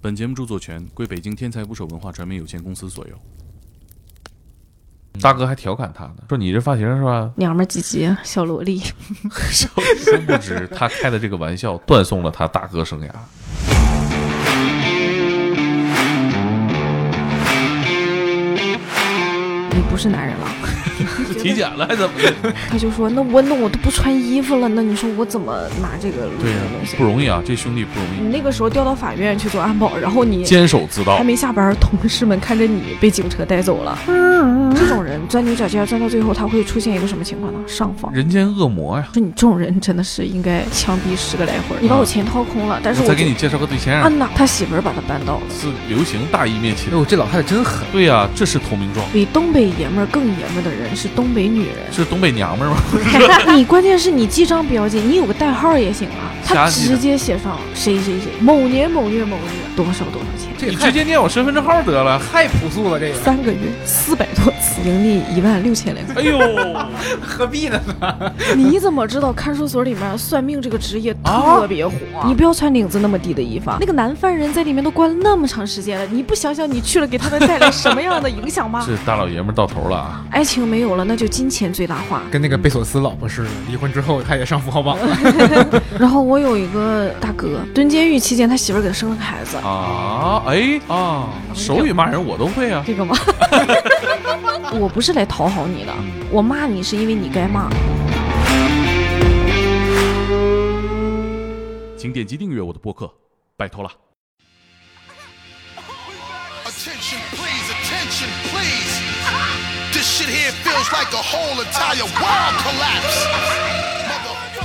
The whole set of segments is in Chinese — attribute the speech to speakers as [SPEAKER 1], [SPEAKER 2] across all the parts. [SPEAKER 1] 本节目著作权归北京天才捕手文化传媒有限公司所有。
[SPEAKER 2] 大哥还调侃他呢，说你这发型是吧？
[SPEAKER 3] 娘们儿唧唧，小萝莉。
[SPEAKER 2] 真不知他开的这个玩笑断送了他大哥生涯。
[SPEAKER 3] 你不是男人 了。
[SPEAKER 2] 体检了还怎么的？
[SPEAKER 3] 他就说：“那我那我都不穿衣服了，那你说我怎么拿这个录
[SPEAKER 2] 对呀、
[SPEAKER 3] 的东西
[SPEAKER 2] 不？容易啊，这兄弟不容
[SPEAKER 3] 你
[SPEAKER 2] 易，
[SPEAKER 3] 那个时候调到法院去做安保，然后你
[SPEAKER 2] 坚守自
[SPEAKER 3] 还
[SPEAKER 2] 盗。
[SPEAKER 3] 没下班，同事们看着你被警车带走了。这种人钻牛角尖，钻到最后他会出现一个什么情况呢？上访。
[SPEAKER 2] 人间恶魔呀！
[SPEAKER 3] 说你这种人真的是应该枪毙十个来回儿。你把我钱掏空了，但是
[SPEAKER 2] 啊我
[SPEAKER 3] 我
[SPEAKER 2] 再
[SPEAKER 3] 就
[SPEAKER 2] 给你介绍个对
[SPEAKER 3] 啊
[SPEAKER 2] 象，
[SPEAKER 3] 呐，他媳妇儿把他扳倒了。
[SPEAKER 2] 是流行大义灭亲
[SPEAKER 4] 哎。呦，这老太太真狠，
[SPEAKER 2] 对呀、这是投名状，
[SPEAKER 3] 比东北爷们儿更爷们儿的人是东北女人。
[SPEAKER 2] 是东北娘们儿吗？
[SPEAKER 3] 你关键是你记账不要紧，你有个代号也行啊。他
[SPEAKER 2] 瞎记的
[SPEAKER 3] 直接写上谁谁谁某年某月某日多少多少钱，
[SPEAKER 4] 这也
[SPEAKER 2] 你
[SPEAKER 4] 太
[SPEAKER 2] 直接念我身份证号得了。
[SPEAKER 4] 太朴素了，这个
[SPEAKER 3] 三个月四百多次，盈利一万六千来块。
[SPEAKER 2] 哎呦，
[SPEAKER 4] 何必呢？
[SPEAKER 3] 你怎么知道看守所里面算命这个职业
[SPEAKER 2] 啊
[SPEAKER 3] 特别火？你不要穿领子那么低的衣服啊，那个男犯人在里面都关了那么长时间了，你不想想你去了给他们带来什么样的影响吗？
[SPEAKER 2] 这大老爷们儿到头了 啊！
[SPEAKER 3] 爱情没有了，那就金钱最大化。
[SPEAKER 4] 跟那个贝索斯老婆似的，离婚之后她也上富豪榜了。
[SPEAKER 3] 然后我有一个大哥，蹲监狱期间他媳妇儿给他生了个孩子，
[SPEAKER 2] 啊，哎啊，手语骂人我都会啊。
[SPEAKER 3] 这个吗？ 我不是来讨好你的，
[SPEAKER 4] 嗯
[SPEAKER 3] 我骂你是因为你该骂。
[SPEAKER 1] 请点击订阅我的播客，拜托了。
[SPEAKER 5] Attention, please, attention, please. This shit here feels like a whole entire world collapse. Mother-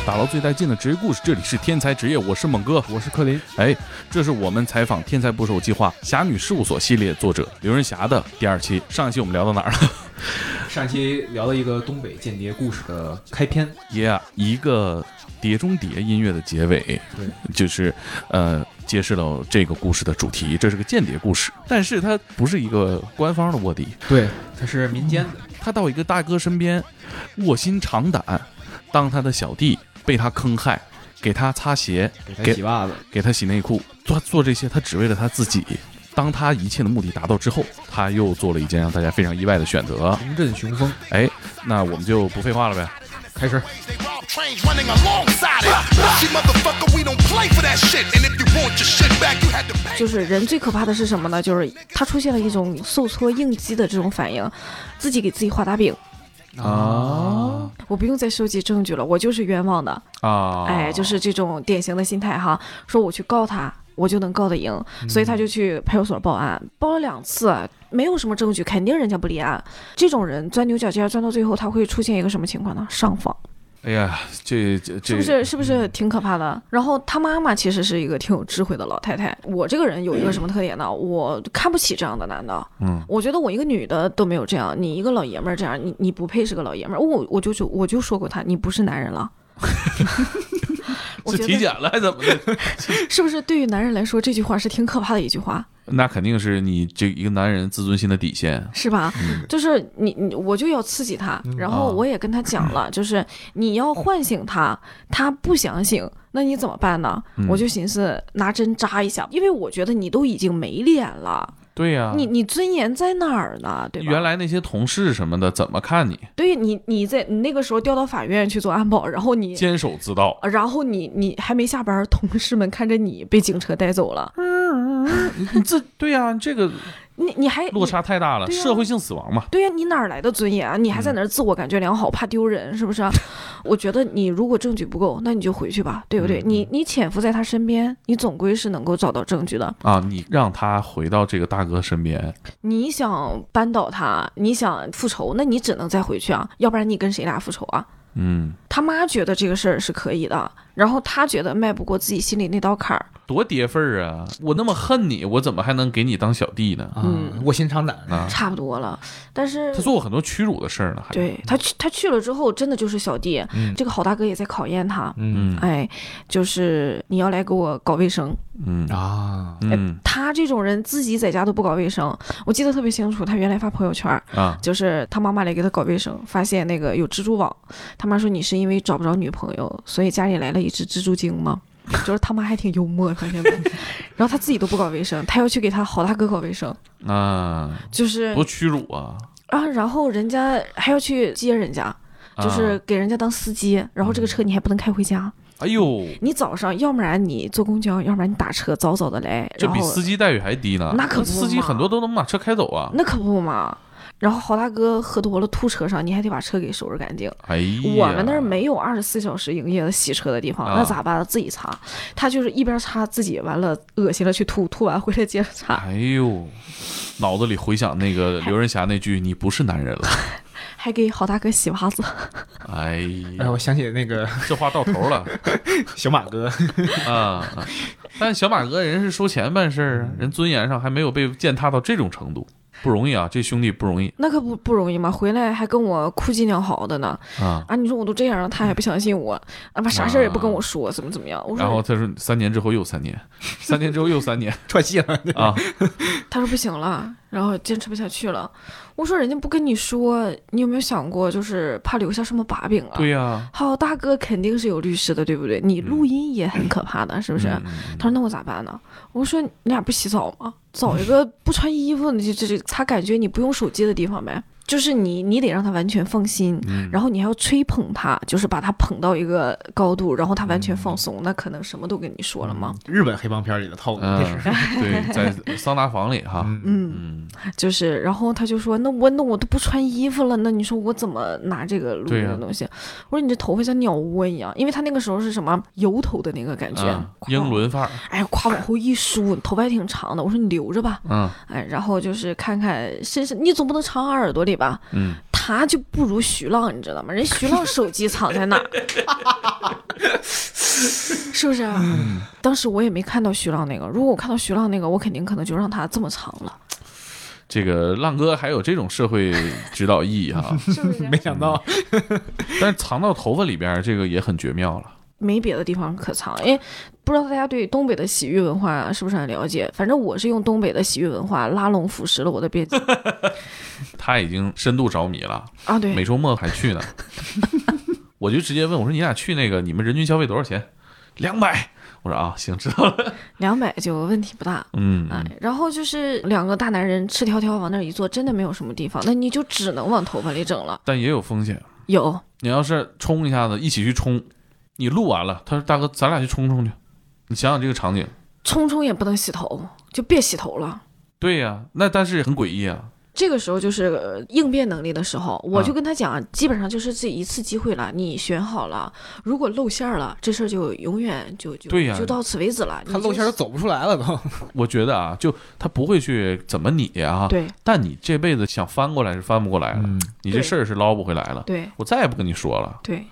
[SPEAKER 1] 打捞最带劲的职业故事，这里是天才职业，我是猛哥。
[SPEAKER 2] 我是克林，
[SPEAKER 1] 哎，这是我们采访天才捕手计划侠女事务所系列作者刘仁侠的第二期。上一期我们聊到哪儿了？
[SPEAKER 4] 上期聊了一个东北间谍故事的开篇，
[SPEAKER 1] 也、一个碟中谍音乐的结尾，
[SPEAKER 4] 对，
[SPEAKER 1] 就是呃揭示了这个故事的主题，这是个间谍故事，但是它不是一个官方的卧底，
[SPEAKER 4] 对，它是民间的，
[SPEAKER 1] 他到一个大哥身边，卧薪尝胆，当他的小弟，被他坑害，给他擦鞋，
[SPEAKER 4] 给他
[SPEAKER 1] 给
[SPEAKER 4] 洗袜子，
[SPEAKER 1] 给他洗内裤，做做这些，他只为了他自己。当他一切的目的达到之后，他又做了一件让大家非常意外的选择。
[SPEAKER 4] 重振雄风，
[SPEAKER 1] 哎，那我们就不废话了呗。
[SPEAKER 4] 开始。
[SPEAKER 5] They rob trains running alongside it. See, motherfucker, we don't play for that shit. And if you want your shit back, you had to pay.
[SPEAKER 3] 就是人最可怕的是什么呢？就是他出现了一种受挫应激的这种反应，自己给自己画大饼。
[SPEAKER 2] 啊
[SPEAKER 3] 我不用再收集证据了，我就是冤枉的。
[SPEAKER 2] 啊！
[SPEAKER 3] 哎，就是这种典型的心态哈，说我去告他，我就能告得赢，所
[SPEAKER 2] 嗯
[SPEAKER 3] 以他就去派出所报案，报了两次，啊没有什么证据，肯定人家不立案。这种人钻牛角尖，钻到最后他会出现一个什么情况呢？上访，
[SPEAKER 1] 哎呀，这这
[SPEAKER 3] 是
[SPEAKER 1] 这
[SPEAKER 3] 不是？是不
[SPEAKER 2] 嗯
[SPEAKER 3] 是挺可怕的？然后他妈妈其实是一个挺有智慧的老太太。我这个人有一个什么特点呢？我看不起这样的男的。
[SPEAKER 2] 嗯，
[SPEAKER 3] 我觉得我一个女的都没有这样，你一个老爷们儿这样，你你不配是个老爷们儿。我我就就我就说过他，你不是男人了。 我
[SPEAKER 2] 是
[SPEAKER 3] 觉
[SPEAKER 2] 体
[SPEAKER 3] 得
[SPEAKER 2] 检了还怎么的？
[SPEAKER 3] 是不是对于男人来说，这句话是挺可怕的一句话，
[SPEAKER 2] 那肯定是你这一个男人自尊心的底线。
[SPEAKER 3] 是吧？
[SPEAKER 2] 嗯
[SPEAKER 3] 就是你你我就要刺激他，然
[SPEAKER 2] 啊
[SPEAKER 3] 后我也跟他讲
[SPEAKER 2] 嗯
[SPEAKER 3] 了，就是你要唤醒他，他不想醒，那你怎么办呢？
[SPEAKER 2] 嗯
[SPEAKER 3] 我就寻思拿针扎一下，因为我觉得你都已经没脸了，
[SPEAKER 2] 对呀、
[SPEAKER 3] 你你尊严在哪儿呢？对吧？
[SPEAKER 2] 啊原来那些同事什么的怎么看你？
[SPEAKER 3] 对你你在你那个时候调到法院去做安保，然后你。
[SPEAKER 2] 坚守自盗，
[SPEAKER 3] 然后你你还没下班，同事们看着你被警车带走
[SPEAKER 2] 嗯
[SPEAKER 3] 了，
[SPEAKER 2] 你这对呀、这个
[SPEAKER 3] 你你还
[SPEAKER 2] 落差太大了，
[SPEAKER 3] 对呀
[SPEAKER 2] 社会性死亡嘛。
[SPEAKER 3] 对呀、你哪儿来的尊严啊？你还在那儿自我感觉良好，怕丢人是不是啊？我觉得你如果证据不够，那你就回去吧，对不对？你你潜伏在他身边，你总归是能够找到证据的。
[SPEAKER 2] 啊，你让他回到这个大哥身边，
[SPEAKER 3] 你想扳倒他，你想复仇，那你只能再回去啊，要不然你跟谁俩复仇啊？
[SPEAKER 2] 嗯，
[SPEAKER 3] 他妈觉得这个事儿是可以的，然后他觉得迈不过自己心里那道坎儿，
[SPEAKER 2] 多跌份儿啊！我那么恨你，我怎么还能给你当小弟呢？
[SPEAKER 4] 啊，卧薪尝胆啊，
[SPEAKER 3] 差不多了。但是
[SPEAKER 2] 他做过很多屈辱的事儿呢，还
[SPEAKER 3] 对他去他去了之后，真的就是小弟，这个好大哥也在考验他。
[SPEAKER 4] 嗯
[SPEAKER 3] 哎，就是你要来给我搞卫生，
[SPEAKER 2] 嗯
[SPEAKER 4] 啊，
[SPEAKER 2] 嗯
[SPEAKER 3] 他这种人自己在家都不搞卫生，我记得特别清楚。他原来发朋友圈儿，
[SPEAKER 2] 啊，
[SPEAKER 3] 就是他妈妈来给他搞卫生，发现那个有蜘蛛网。他妈说你是因为找不着女朋友，所以家里来了一只蜘蛛精吗？就是他妈还挺幽默的，现在。 然后他自己都不搞卫生，他要去给他好大哥搞卫生，
[SPEAKER 2] 啊，
[SPEAKER 3] 就是
[SPEAKER 2] 多屈辱啊！
[SPEAKER 3] 啊，然后人家还要去接人家，
[SPEAKER 2] 啊
[SPEAKER 3] 就是，给人家当司机，然后这个车你还不能开回家，
[SPEAKER 2] 哎呦，
[SPEAKER 3] 你早上要不然你坐公交，要不然你打车，早早的来，
[SPEAKER 2] 这
[SPEAKER 3] 然
[SPEAKER 2] 比
[SPEAKER 3] 后
[SPEAKER 2] 司机待遇还低呢。
[SPEAKER 3] 那可不
[SPEAKER 2] 司机
[SPEAKER 3] 嘛
[SPEAKER 2] 很多都能把车开走啊。
[SPEAKER 3] 那可不嘛。然后好大哥喝多了吐车上，你还得把车给收拾干净。
[SPEAKER 2] 哎呀，
[SPEAKER 3] 我们那儿没有二十四小时营业的洗车的地方，
[SPEAKER 2] 啊
[SPEAKER 3] 那咋办？自己擦。他就是一边擦自己，完了恶心了去吐，吐完回来接着擦。
[SPEAKER 2] 哎呦，脑子里回想那个刘仁侠那句“你不是男人了
[SPEAKER 3] 还给好大哥洗袜子，”，
[SPEAKER 2] 哎
[SPEAKER 4] 哎，
[SPEAKER 2] 呀
[SPEAKER 4] 我，想起那个
[SPEAKER 2] 这话到头了
[SPEAKER 4] 小马哥，
[SPEAKER 2] 啊！啊但小马哥人是收钱办事儿啊，人尊严上还没有被践踏到这种程度，不容易啊，这兄弟不容易
[SPEAKER 3] 那可不不容易嘛。回来还跟我哭鸡娘嚎的呢。
[SPEAKER 2] 啊。
[SPEAKER 3] 啊，你说我都这样了，他还不相信我，啊，啥事儿也不跟我说，怎么怎么样？我
[SPEAKER 2] 然后
[SPEAKER 3] 说，
[SPEAKER 2] 他说三年之后又三年，三年之后又三年
[SPEAKER 4] 串戏了，
[SPEAKER 2] 啊，
[SPEAKER 3] 他说不行了，然后坚持不下去了。我说人家不跟你说，你有没有想过，就是怕留下什么把柄啊？
[SPEAKER 2] 对呀、
[SPEAKER 3] 好大哥肯定是有律师的，对不对？你录音也很可怕的，是不是？
[SPEAKER 2] 嗯嗯
[SPEAKER 3] 他说：“那我咋办呢？”我说：“你俩不洗澡吗？找一 个不穿衣服，你就这这，他感觉你不用手机的地方呗。就是你，你得让他完全放心，
[SPEAKER 2] 嗯
[SPEAKER 3] 然后你还要吹捧他，就是把他捧到一个高度，然后他完
[SPEAKER 2] 嗯
[SPEAKER 3] 全放松，那可能什么都跟你说了嘛。
[SPEAKER 4] 日本黑帮片里的套路，这
[SPEAKER 2] 嗯
[SPEAKER 4] 是，
[SPEAKER 2] 对，在桑拿房里哈，
[SPEAKER 3] 嗯，
[SPEAKER 2] 嗯，
[SPEAKER 3] 就是，然后他就说：‘那我那我都不穿衣服了，那你说我怎么拿这个录
[SPEAKER 2] 对
[SPEAKER 3] 音
[SPEAKER 2] 呀
[SPEAKER 3] 的东西？’我说：‘你这头发像鸟窝一样，因为他那个时候是什么油头的那个感觉，
[SPEAKER 2] 啊
[SPEAKER 3] 夸
[SPEAKER 2] 英。’伦 范儿，
[SPEAKER 3] 哎呀，夸往后一梳，头发还挺长的。我说你留着吧，
[SPEAKER 2] 嗯
[SPEAKER 3] 哎，然后就是看看身上，你总不能藏耳朵里吧？
[SPEAKER 2] 嗯，
[SPEAKER 3] 他就不如徐浪，你知道吗？人徐浪手机藏在哪儿？ 是不是、啊？
[SPEAKER 2] 嗯
[SPEAKER 3] 当时我也没看到徐浪那个，如果我看到徐浪那个，我肯定可能就让他这么长了，
[SPEAKER 2] 这个浪哥还有这种社会指导意义哈，
[SPEAKER 3] 是不是？
[SPEAKER 4] 嗯没想到
[SPEAKER 2] 但是藏到头发里边儿，这个也很绝妙了。
[SPEAKER 3] 没别的地方可藏，因为不知道大家对东北的洗浴文化是不是很了解？反正我是用东北的洗浴文化拉拢腐蚀了我的边界
[SPEAKER 2] 他已经深度着迷了，
[SPEAKER 3] 啊，对，
[SPEAKER 2] 每周末还去呢。我就直接问我说：“你俩去那个，你们人均消费多少钱？”两百。我说啊，行，知道了。
[SPEAKER 3] 两百就问题不大。
[SPEAKER 2] 嗯，
[SPEAKER 3] 哎，然后就是两个大男人赤条条往那儿一坐，真的没有什么地方，那你就只能往头发里整了。
[SPEAKER 2] 但也有风险。
[SPEAKER 3] 有，
[SPEAKER 2] 你要是冲一下子，一起去冲，你录完了，他说：“大哥，咱俩去冲冲去。”你想想这个场景，
[SPEAKER 3] 冲冲也不能洗头，就别洗头了。
[SPEAKER 2] 对呀、那但是很诡异啊。
[SPEAKER 3] 这个时候就是呃应变能力的时候，我
[SPEAKER 2] 啊
[SPEAKER 3] 就跟他讲，基本上就是这一次机会了，你选好了，如果露馅儿了，这事儿就永远就就
[SPEAKER 2] 对呀
[SPEAKER 3] 就到此为止了。
[SPEAKER 4] 他
[SPEAKER 3] 你就
[SPEAKER 4] 露馅儿都走不出来了都。
[SPEAKER 2] 我觉得啊，就他不会去怎么你啊，
[SPEAKER 3] 对
[SPEAKER 2] 但你这辈子想翻过来是翻不过来了，你这
[SPEAKER 3] 对
[SPEAKER 2] 事儿是捞不回来了。
[SPEAKER 3] 对
[SPEAKER 2] 我再也不跟你说了
[SPEAKER 3] 对，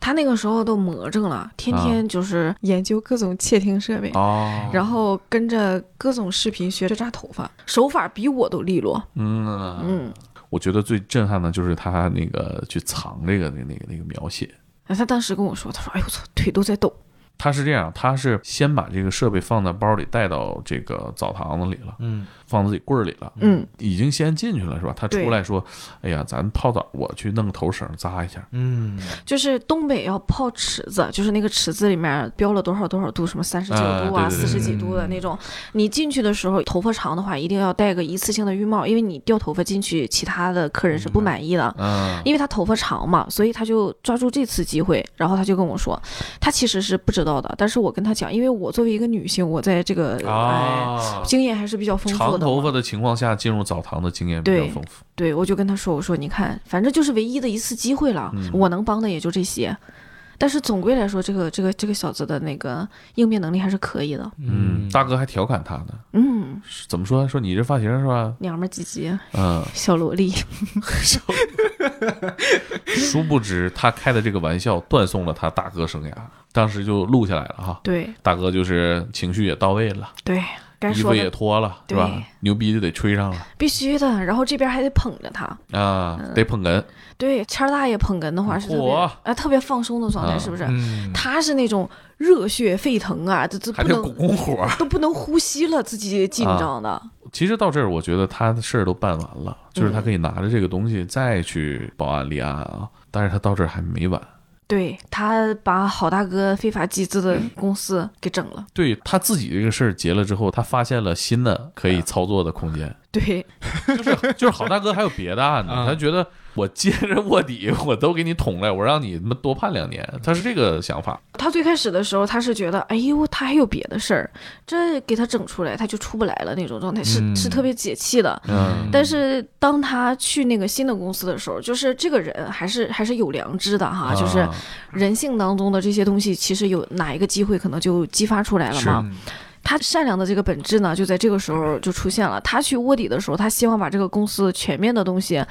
[SPEAKER 3] 他那个时候都魔怔了，天
[SPEAKER 2] 啊
[SPEAKER 3] 天就是研究各种窃听设备。
[SPEAKER 2] 哦，
[SPEAKER 3] 然后跟着各种视频学着扎头发，手法比我都利落。
[SPEAKER 2] 嗯，
[SPEAKER 3] 嗯，
[SPEAKER 2] 我觉得最震撼的就是他那个去藏这个那那个那个描写，
[SPEAKER 3] 啊，他当时跟我说，他说：“哎呦，我操，腿都在抖。
[SPEAKER 2] 他是这样，他是先把这个设备放在包里带到这个澡堂子里了，
[SPEAKER 4] 嗯，
[SPEAKER 2] 放自己柜儿里了，
[SPEAKER 3] 嗯”
[SPEAKER 2] 已经先进去了是吧？他
[SPEAKER 3] 对
[SPEAKER 2] 出来说，哎呀，咱泡澡，我去弄个头绳扎一下，
[SPEAKER 4] 嗯，
[SPEAKER 3] 就是东北要泡池子，就是那个池子里面标了多少多少度，什么三十九
[SPEAKER 2] 啊
[SPEAKER 3] 度啊、
[SPEAKER 2] 对对
[SPEAKER 3] 四
[SPEAKER 2] 对
[SPEAKER 3] 十几度的那种。你进去的时候，头发长的话，一定要戴个一次性的浴帽，因为你掉头发进去，其他的客人是不满意的。
[SPEAKER 2] 嗯，
[SPEAKER 3] 因为他头发长嘛，所以他就抓住这次机会，然后他就跟我说，他其实是不知道的，但是我跟他讲，因为我作为一个女性，我在这个、
[SPEAKER 2] 啊
[SPEAKER 3] 哎、经验还是比较丰富
[SPEAKER 2] 长
[SPEAKER 3] 的。
[SPEAKER 2] 头发的情况下进入澡堂的经验比较
[SPEAKER 3] 对
[SPEAKER 2] 丰富，
[SPEAKER 3] 对，我就跟他说，我说你看，反正就是唯一的一次机会了，
[SPEAKER 2] 嗯
[SPEAKER 3] 我能帮的也就这些。但是总归来说，这个这个这个小子的那个应变能力还是可以的。
[SPEAKER 2] 嗯，大哥还调侃他呢，
[SPEAKER 3] 嗯，
[SPEAKER 2] 是怎么说？说你这发型是吧？
[SPEAKER 3] 娘们儿唧唧，
[SPEAKER 2] 嗯，
[SPEAKER 3] 小 萝莉，
[SPEAKER 2] 殊不知他开的这个玩笑断送了他大哥生涯，当时就录下来了哈。
[SPEAKER 3] 对
[SPEAKER 2] 大哥就是情绪也到位了，
[SPEAKER 3] 对，该
[SPEAKER 2] 衣
[SPEAKER 3] 说
[SPEAKER 2] 服也
[SPEAKER 3] 的
[SPEAKER 2] 脱了，是
[SPEAKER 3] 对
[SPEAKER 2] 吧？牛逼就得吹上了
[SPEAKER 3] 必须的，然后这边还得捧着他。
[SPEAKER 2] 啊，
[SPEAKER 3] 嗯
[SPEAKER 2] 得捧哏。
[SPEAKER 3] 对，谦儿大爷捧哏的话是特别
[SPEAKER 2] 嚯
[SPEAKER 3] 啊、特别放松的状态，
[SPEAKER 2] 啊
[SPEAKER 3] 是不是？
[SPEAKER 4] 嗯，
[SPEAKER 3] 他是那种热血沸腾啊，这这
[SPEAKER 2] 还
[SPEAKER 3] 不
[SPEAKER 2] 得拱
[SPEAKER 3] 能
[SPEAKER 2] 拱火儿。啊
[SPEAKER 3] 都不能呼吸了，自己紧张的。
[SPEAKER 2] 其实到这儿，我觉得他的事儿都办完了，就是他可以拿着这个东西再去保安立案啊。但是他到这儿还没完，
[SPEAKER 3] 对他把好大哥非法集资
[SPEAKER 2] 嗯
[SPEAKER 3] 的公司给整了。
[SPEAKER 2] 对他自己这个事儿结了之后，他发现了新的可
[SPEAKER 3] 嗯
[SPEAKER 2] 以操作的空间，
[SPEAKER 3] 对，
[SPEAKER 2] 就是就是好大哥还有别的案子，
[SPEAKER 4] 嗯
[SPEAKER 2] 他觉得我接着卧底，我都给你捅来，我让你他妈多判两年，他是这个想法。
[SPEAKER 3] 他最开始的时候，他是觉得，哎呦，他还有别的事儿，这给他整出来，他就出不来了那种状态，是、
[SPEAKER 2] 嗯
[SPEAKER 3] 是特别解气的。
[SPEAKER 2] 嗯
[SPEAKER 3] 但是当他去那个新的公司的时候，就是这个人还是还是有良知的哈，就是
[SPEAKER 2] 啊
[SPEAKER 3] 人性当中的这些东西，其实有哪一个机会可能就激发出来了
[SPEAKER 4] 嗯
[SPEAKER 3] 嘛。他善良的这个本质呢，就在这个时候就出现了。他去卧底的时候，他希望把这个公司全面的东西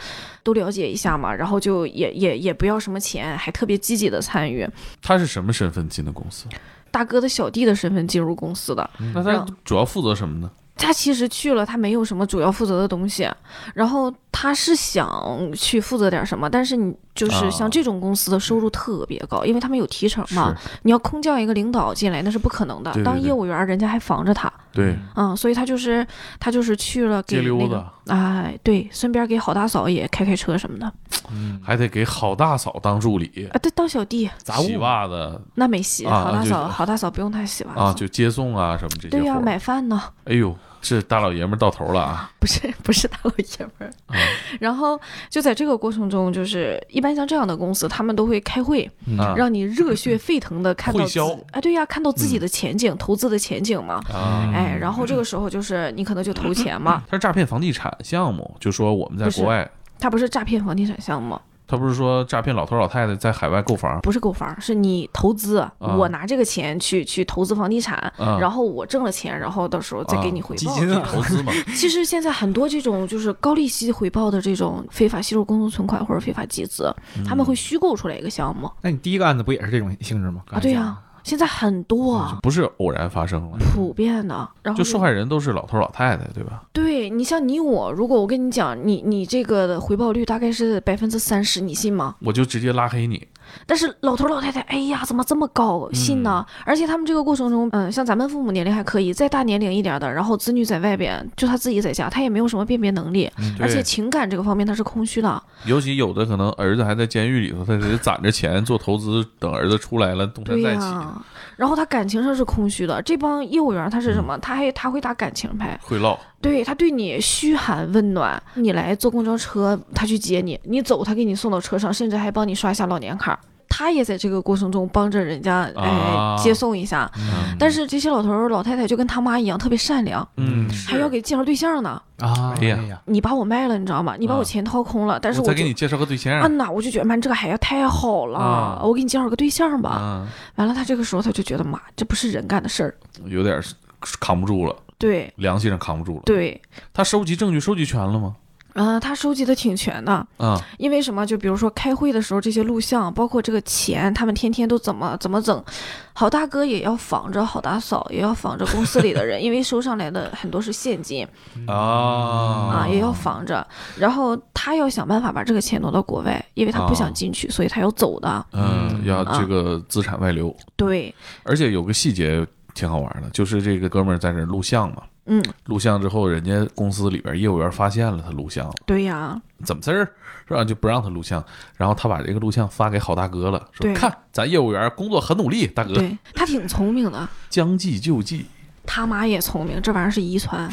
[SPEAKER 3] 都了解一下嘛，然后就也也也不要什么钱，还特别积极的参与。
[SPEAKER 2] 他是什么身份进的公司？
[SPEAKER 3] 大哥的小弟的身份进入公司的，
[SPEAKER 2] 那他主要负责什么呢？
[SPEAKER 3] 他其实去了，他没有什么主要负责的东西，然后他是想去负责点什么，但是你就是
[SPEAKER 2] 啊
[SPEAKER 3] 像这种公司的收入特别高，因为他们有提成嘛，你要空降一个领导进来那是不可能的，
[SPEAKER 2] 对对
[SPEAKER 3] 当
[SPEAKER 2] 对
[SPEAKER 3] 业务员儿人家还防着他，
[SPEAKER 2] 对，
[SPEAKER 3] 嗯，所以他就是他就是去了给
[SPEAKER 2] 街溜
[SPEAKER 3] 那
[SPEAKER 2] 子
[SPEAKER 3] 个，哎，对，顺便给郝大嫂也开开车什么的啊，
[SPEAKER 4] 嗯
[SPEAKER 2] 还得给郝大嫂当助理，
[SPEAKER 3] 对，当小弟
[SPEAKER 1] 杂物
[SPEAKER 2] 洗袜子
[SPEAKER 3] 那没洗，
[SPEAKER 2] 啊
[SPEAKER 3] 郝大
[SPEAKER 2] 就
[SPEAKER 3] 嫂郝大嫂不用他洗袜子，
[SPEAKER 2] 啊，就接送啊什么这些
[SPEAKER 3] 对
[SPEAKER 2] 活
[SPEAKER 3] 呀、
[SPEAKER 2] 儿。
[SPEAKER 3] 买饭呢。
[SPEAKER 2] 哎呦，这大老爷们儿到头了啊！
[SPEAKER 3] 不是不是大老爷们儿。然后就在这个过程中，就是一般像这样的公司，他们都会开会，
[SPEAKER 2] 啊
[SPEAKER 3] 让你热血沸腾的看到
[SPEAKER 2] 会
[SPEAKER 3] 自
[SPEAKER 2] 销嗯
[SPEAKER 3] 啊，对呀、看到自己的前景，投资的前景嘛。
[SPEAKER 2] 啊，
[SPEAKER 3] 哎，然后这个时候就是你可能就投钱 嘛，
[SPEAKER 2] 他是诈骗房地产项目，就说我们在
[SPEAKER 3] 不是
[SPEAKER 2] 国外，
[SPEAKER 3] 它不是诈骗房地产项目，
[SPEAKER 2] 他不是说诈骗老头老太太在海外购房
[SPEAKER 3] 不是购房，是你投资，我拿这个钱去去投资房地产，
[SPEAKER 2] 啊
[SPEAKER 3] 然后我挣了钱，然后到时候再给你回
[SPEAKER 4] 基
[SPEAKER 3] 报。
[SPEAKER 4] 金嗯啊，
[SPEAKER 2] 投资嘛？
[SPEAKER 3] 其实现在很多这种就是高利息回报的这种非法吸入公众存款或者非法集资，
[SPEAKER 4] 嗯
[SPEAKER 3] 他们会虚构出来一个项目，
[SPEAKER 4] 那你第一个案子不也是这种性质吗？
[SPEAKER 3] 啊，对呀、现在很多
[SPEAKER 4] 嗯
[SPEAKER 3] 啊，
[SPEAKER 2] 不是偶然发生了，
[SPEAKER 3] 普遍的。然后
[SPEAKER 2] 就受害人都是老头老太太，对吧？
[SPEAKER 3] 对你像你我，如果我跟你讲，你你这个的回报率大概是百分之三十，你信吗？
[SPEAKER 2] 我就直接拉黑你，
[SPEAKER 3] 但是老头老太太，哎呀，怎么这么高，信呢？
[SPEAKER 4] 嗯
[SPEAKER 3] 而且他们这个过程中，嗯，像咱们父母年龄还可以，再大年龄一点的，然后子女在外边，就他自己在家，他也没有什么辨别能力，而且
[SPEAKER 2] 对
[SPEAKER 3] 情感这个方面他是空虚的。
[SPEAKER 2] 尤其有的可能儿子还在监狱里头，他得攒着钱做投资，等儿子出来了东山
[SPEAKER 3] 对
[SPEAKER 2] 再
[SPEAKER 3] 呀、
[SPEAKER 2] 起。
[SPEAKER 3] 然后他感情上是空虚的。这帮业务员他是什
[SPEAKER 2] 嗯
[SPEAKER 3] 么？他还他会打感情牌，
[SPEAKER 2] 会唠，
[SPEAKER 3] 对他对你嘘寒问暖，你来坐公交车，他去接你；你走，他给你送到车上，甚至还帮你刷一下老年卡。他也在这个过程中帮着人家哎
[SPEAKER 2] 啊
[SPEAKER 3] 接送一下，
[SPEAKER 2] 嗯
[SPEAKER 3] 但是这些老头儿老太太就跟他妈一样，特别善良，
[SPEAKER 2] 嗯，
[SPEAKER 3] 还要给介绍对象呢。
[SPEAKER 4] 啊，
[SPEAKER 2] 哎呀
[SPEAKER 4] 呀，
[SPEAKER 3] 你把我卖了，你知道吗？你把我
[SPEAKER 2] 啊
[SPEAKER 3] 钱掏空了，但是
[SPEAKER 2] 我
[SPEAKER 3] 我
[SPEAKER 2] 再给
[SPEAKER 3] 就
[SPEAKER 2] 你介绍个对象
[SPEAKER 3] 啊呐，我就觉得man 这个孩子太好了，
[SPEAKER 2] 啊
[SPEAKER 3] 我给你介绍个对象吧。
[SPEAKER 2] 啊，
[SPEAKER 3] 完了，他这个时候他就觉得妈，这不是人干的事儿。
[SPEAKER 2] 有点扛不住了，
[SPEAKER 3] 对
[SPEAKER 2] 良心上扛不住了。
[SPEAKER 3] 对，
[SPEAKER 2] 他收集证据收集全了吗？
[SPEAKER 3] 嗯、他收集的挺全的，
[SPEAKER 2] 啊，
[SPEAKER 3] 因为什么？就比如说开会的时候，这些录像，包括这个钱，他们天天都怎么怎么整。郝大哥也要防着郝大嫂，也要防着公司里的 人，因为收上来的很多是现金
[SPEAKER 2] 啊嗯
[SPEAKER 3] 啊，也要防着。然后他要想办法把这个钱挪到国外，因为他不想进去，所以他要走的。
[SPEAKER 2] 嗯，要
[SPEAKER 3] 啊
[SPEAKER 2] 这个资产外流，
[SPEAKER 3] 对，
[SPEAKER 2] 而且有个细节挺好玩的，就是这个哥们儿在那儿录像嘛，
[SPEAKER 3] 嗯，
[SPEAKER 2] 录像之后，人家公司里边业务员发现了他录像了，
[SPEAKER 3] 对呀、
[SPEAKER 2] 怎么事儿是吧？就不让他录像，然后他把这个录像发给郝大哥了，
[SPEAKER 3] 对
[SPEAKER 2] 说看咱业务员工作很努力，大哥
[SPEAKER 3] 对他挺聪明的。
[SPEAKER 2] 将计就计，
[SPEAKER 3] 他妈也聪明，这玩意儿是遗传。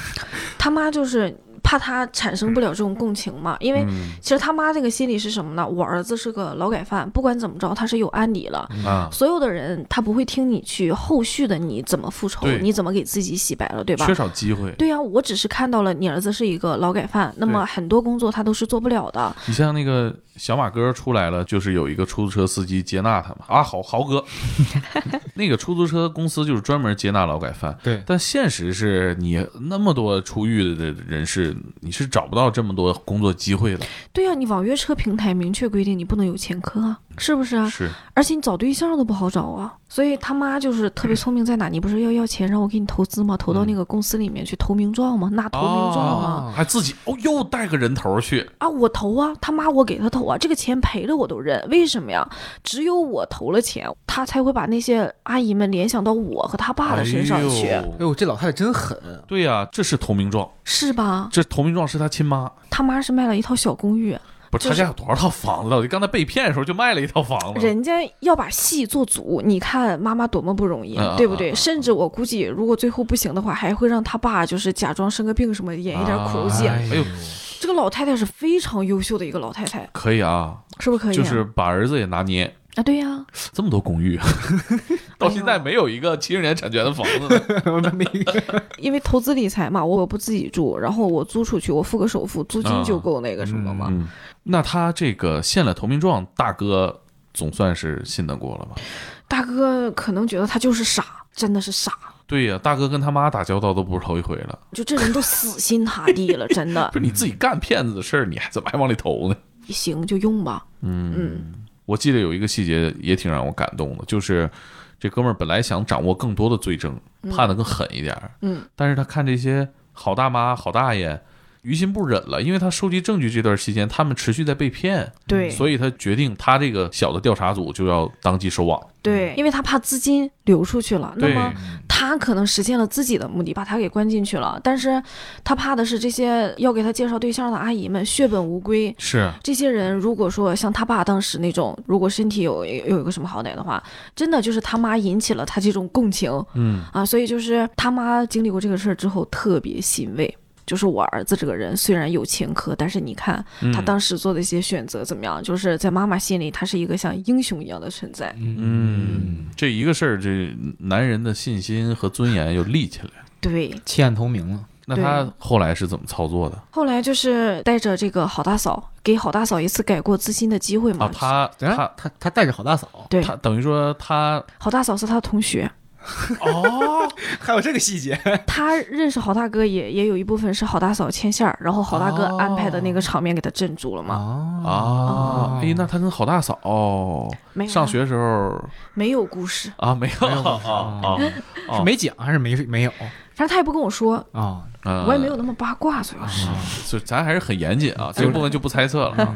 [SPEAKER 3] 他妈就是怕他产生不了这种共情嘛，因为其实他妈这个心理是什么呢？我儿子是个劳改犯，不管怎么着，他是有案底了。
[SPEAKER 2] 啊，
[SPEAKER 3] 所有的人他不会听你去后续的你怎么复仇，
[SPEAKER 2] 对
[SPEAKER 3] 你怎么给自己洗白了，对吧
[SPEAKER 2] 缺？少机会。
[SPEAKER 3] 对呀、我只是看到了你儿子是一个劳改犯，那么很多工作他都是做不了的。
[SPEAKER 2] 你像那个小马哥出来了，就是有一个出租车司机接纳他嘛，啊，豪豪 哥，那个出租车公司就是专门接纳劳改犯，
[SPEAKER 4] 对，哎
[SPEAKER 2] 但现实是你那么多出狱的人士，你是找不到这么多工作机会的。
[SPEAKER 3] 对呀、你网约车平台明确规定你不能有前科啊，是不是啊？
[SPEAKER 2] 是，
[SPEAKER 3] 而且你找对象都不好找啊，所以他妈就是特别聪明，在哪？你不是要要钱让我给你投资吗？投到那个公司里面去投名状吗？拿投名状吗？
[SPEAKER 2] 还自己嗯哦，又带个人头去，
[SPEAKER 3] 啊，我投啊，他妈我给他投啊，这个钱赔了我都认，为什么呀？只有我投了钱，他才会把那些阿姨们联想到啊我和他爸的身上去，
[SPEAKER 2] 哎呦
[SPEAKER 4] 哎呦，这老太太真狠，啊
[SPEAKER 2] 对呀、这是投名状，
[SPEAKER 3] 是吧？
[SPEAKER 2] 这投名状是他亲妈，
[SPEAKER 3] 他妈是卖了一套小公寓，
[SPEAKER 2] 不是
[SPEAKER 3] 就
[SPEAKER 2] 他
[SPEAKER 3] 是
[SPEAKER 2] 家有多少套房子了？我就刚才被骗的时候就卖了一套房子，
[SPEAKER 3] 人家要把戏做足，你看妈妈多么不容易，
[SPEAKER 2] 嗯
[SPEAKER 3] 对不
[SPEAKER 2] 嗯
[SPEAKER 3] 对？
[SPEAKER 2] 嗯
[SPEAKER 3] 甚至我估计，如果最后不行的话，还会让他爸就是假装生个病什么，演一点苦肉计。
[SPEAKER 2] 哎呦，
[SPEAKER 3] 这个老太太是非常优秀的一个老太太，
[SPEAKER 2] 可以啊，
[SPEAKER 3] 是不是可以、啊？
[SPEAKER 2] 就是把儿子也拿捏。
[SPEAKER 3] 啊，对呀、
[SPEAKER 2] 这么多公 寓，到现
[SPEAKER 3] 哎
[SPEAKER 2] 在没有一个七十年产权的房子呢。
[SPEAKER 4] 我 那么一个
[SPEAKER 3] 因为投资理财嘛，我不自己住，然后我租出去，我付个首付，租金就够那个什么嘛。
[SPEAKER 2] 嗯，那他这个献了投名状，大哥总算是信得过了吧？
[SPEAKER 3] 大哥可能觉得他就是傻，真的是傻，
[SPEAKER 2] 对呀、大哥跟他妈打交道都不是头一回了。
[SPEAKER 3] 就这人都死心塌地了，真的
[SPEAKER 2] 不是你自己干骗子的事儿，你还怎么还往里投呢？
[SPEAKER 3] 行就用吧。嗯
[SPEAKER 2] 我记得有一个细节也挺让我感动的，就是这哥们儿本来想掌握更多的罪证，判的更狠一点儿，
[SPEAKER 3] 嗯，
[SPEAKER 2] 但是他看这些好大妈、好大爷。于心不忍了，因为他收集证据这段期间，他们持续在被骗，
[SPEAKER 3] 对
[SPEAKER 2] 所以他决定他这个小的调查组就要当机收网。
[SPEAKER 3] 对，因为他怕资金流出去了，
[SPEAKER 2] 嗯
[SPEAKER 3] 那
[SPEAKER 2] 对
[SPEAKER 3] 么他可能实现了自己的目的，把他给关进去了。但是他怕的是这些要给他介绍对象的阿姨们血本无归。
[SPEAKER 2] 是，
[SPEAKER 3] 这些人如果说像他爸当时那种，如果身体有有一个什么好歹的话，真的就是他妈引起了他这种共情
[SPEAKER 2] 嗯，
[SPEAKER 3] 啊，所以就是他妈经历过这个事儿之后特别欣慰。就是我儿子这个人虽然有前科，但是你看
[SPEAKER 2] 嗯
[SPEAKER 3] 他当时做的一些选择怎么样？就是在妈妈心里，他是一个像英雄一样的存在。
[SPEAKER 2] 嗯，这一个事儿，这男人的信心和尊严又立起来。
[SPEAKER 3] 对，
[SPEAKER 4] 弃暗投明了。
[SPEAKER 2] 那
[SPEAKER 3] 对
[SPEAKER 2] 他后来是怎么操作的？
[SPEAKER 3] 后来就是带着这个好大嫂，给好大嫂一次改过自新的机会嘛。
[SPEAKER 2] 啊，他
[SPEAKER 4] 等下
[SPEAKER 2] 他
[SPEAKER 4] 他他带着好大嫂，
[SPEAKER 3] 嗯对，
[SPEAKER 2] 他等于说他
[SPEAKER 3] 好大嫂是他同学，
[SPEAKER 2] 哦，
[SPEAKER 4] 还有这个细节，
[SPEAKER 3] 他认识好大哥也也有一部分是好大嫂牵线儿，然后好大哥安排的那个场面给他镇住了嘛。
[SPEAKER 2] 啊，哎，那他跟好大嫂、
[SPEAKER 3] 没嗯有啊
[SPEAKER 2] 上学时候
[SPEAKER 3] 没有故事，
[SPEAKER 2] 啊，没有
[SPEAKER 6] 哦
[SPEAKER 2] 啊啊，
[SPEAKER 4] 是没讲还是没没有
[SPEAKER 3] 反正他也不跟我说，
[SPEAKER 4] 啊？
[SPEAKER 2] 啊，
[SPEAKER 3] 我也没有那么八卦，主要是。
[SPEAKER 2] 嗯，所以咱还是很严谨啊，这个部分就不猜测了啊。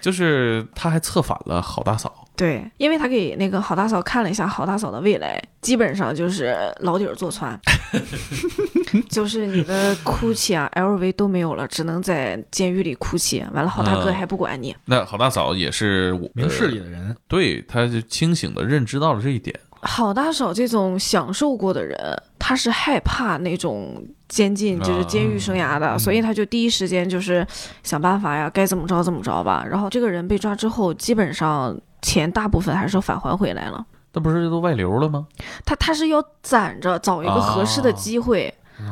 [SPEAKER 2] 就是他还策反了好大嫂，
[SPEAKER 3] 对，因为他给那个好大嫂看了一下好大嫂的未来，基本上就是老底儿 坐穿，就是你的哭泣啊、LV 都没有了，只能在监狱里哭泣。完了，好大哥
[SPEAKER 2] 嗯
[SPEAKER 3] 还不管你，
[SPEAKER 2] 那好大嫂也是我
[SPEAKER 4] 明事理的人，
[SPEAKER 2] 对，他就清醒的认知到了这一点。
[SPEAKER 3] 好大嫂这种享受过的人，他是害怕那种监禁，就是监狱生涯的，所以他就第一时间就是想办法呀，该怎么着怎么着吧。然后这个人被抓之后，基本上钱大部分还是返还回来了。
[SPEAKER 2] 那不是都外流了吗？
[SPEAKER 3] 他他是要攒着找一个合适的机会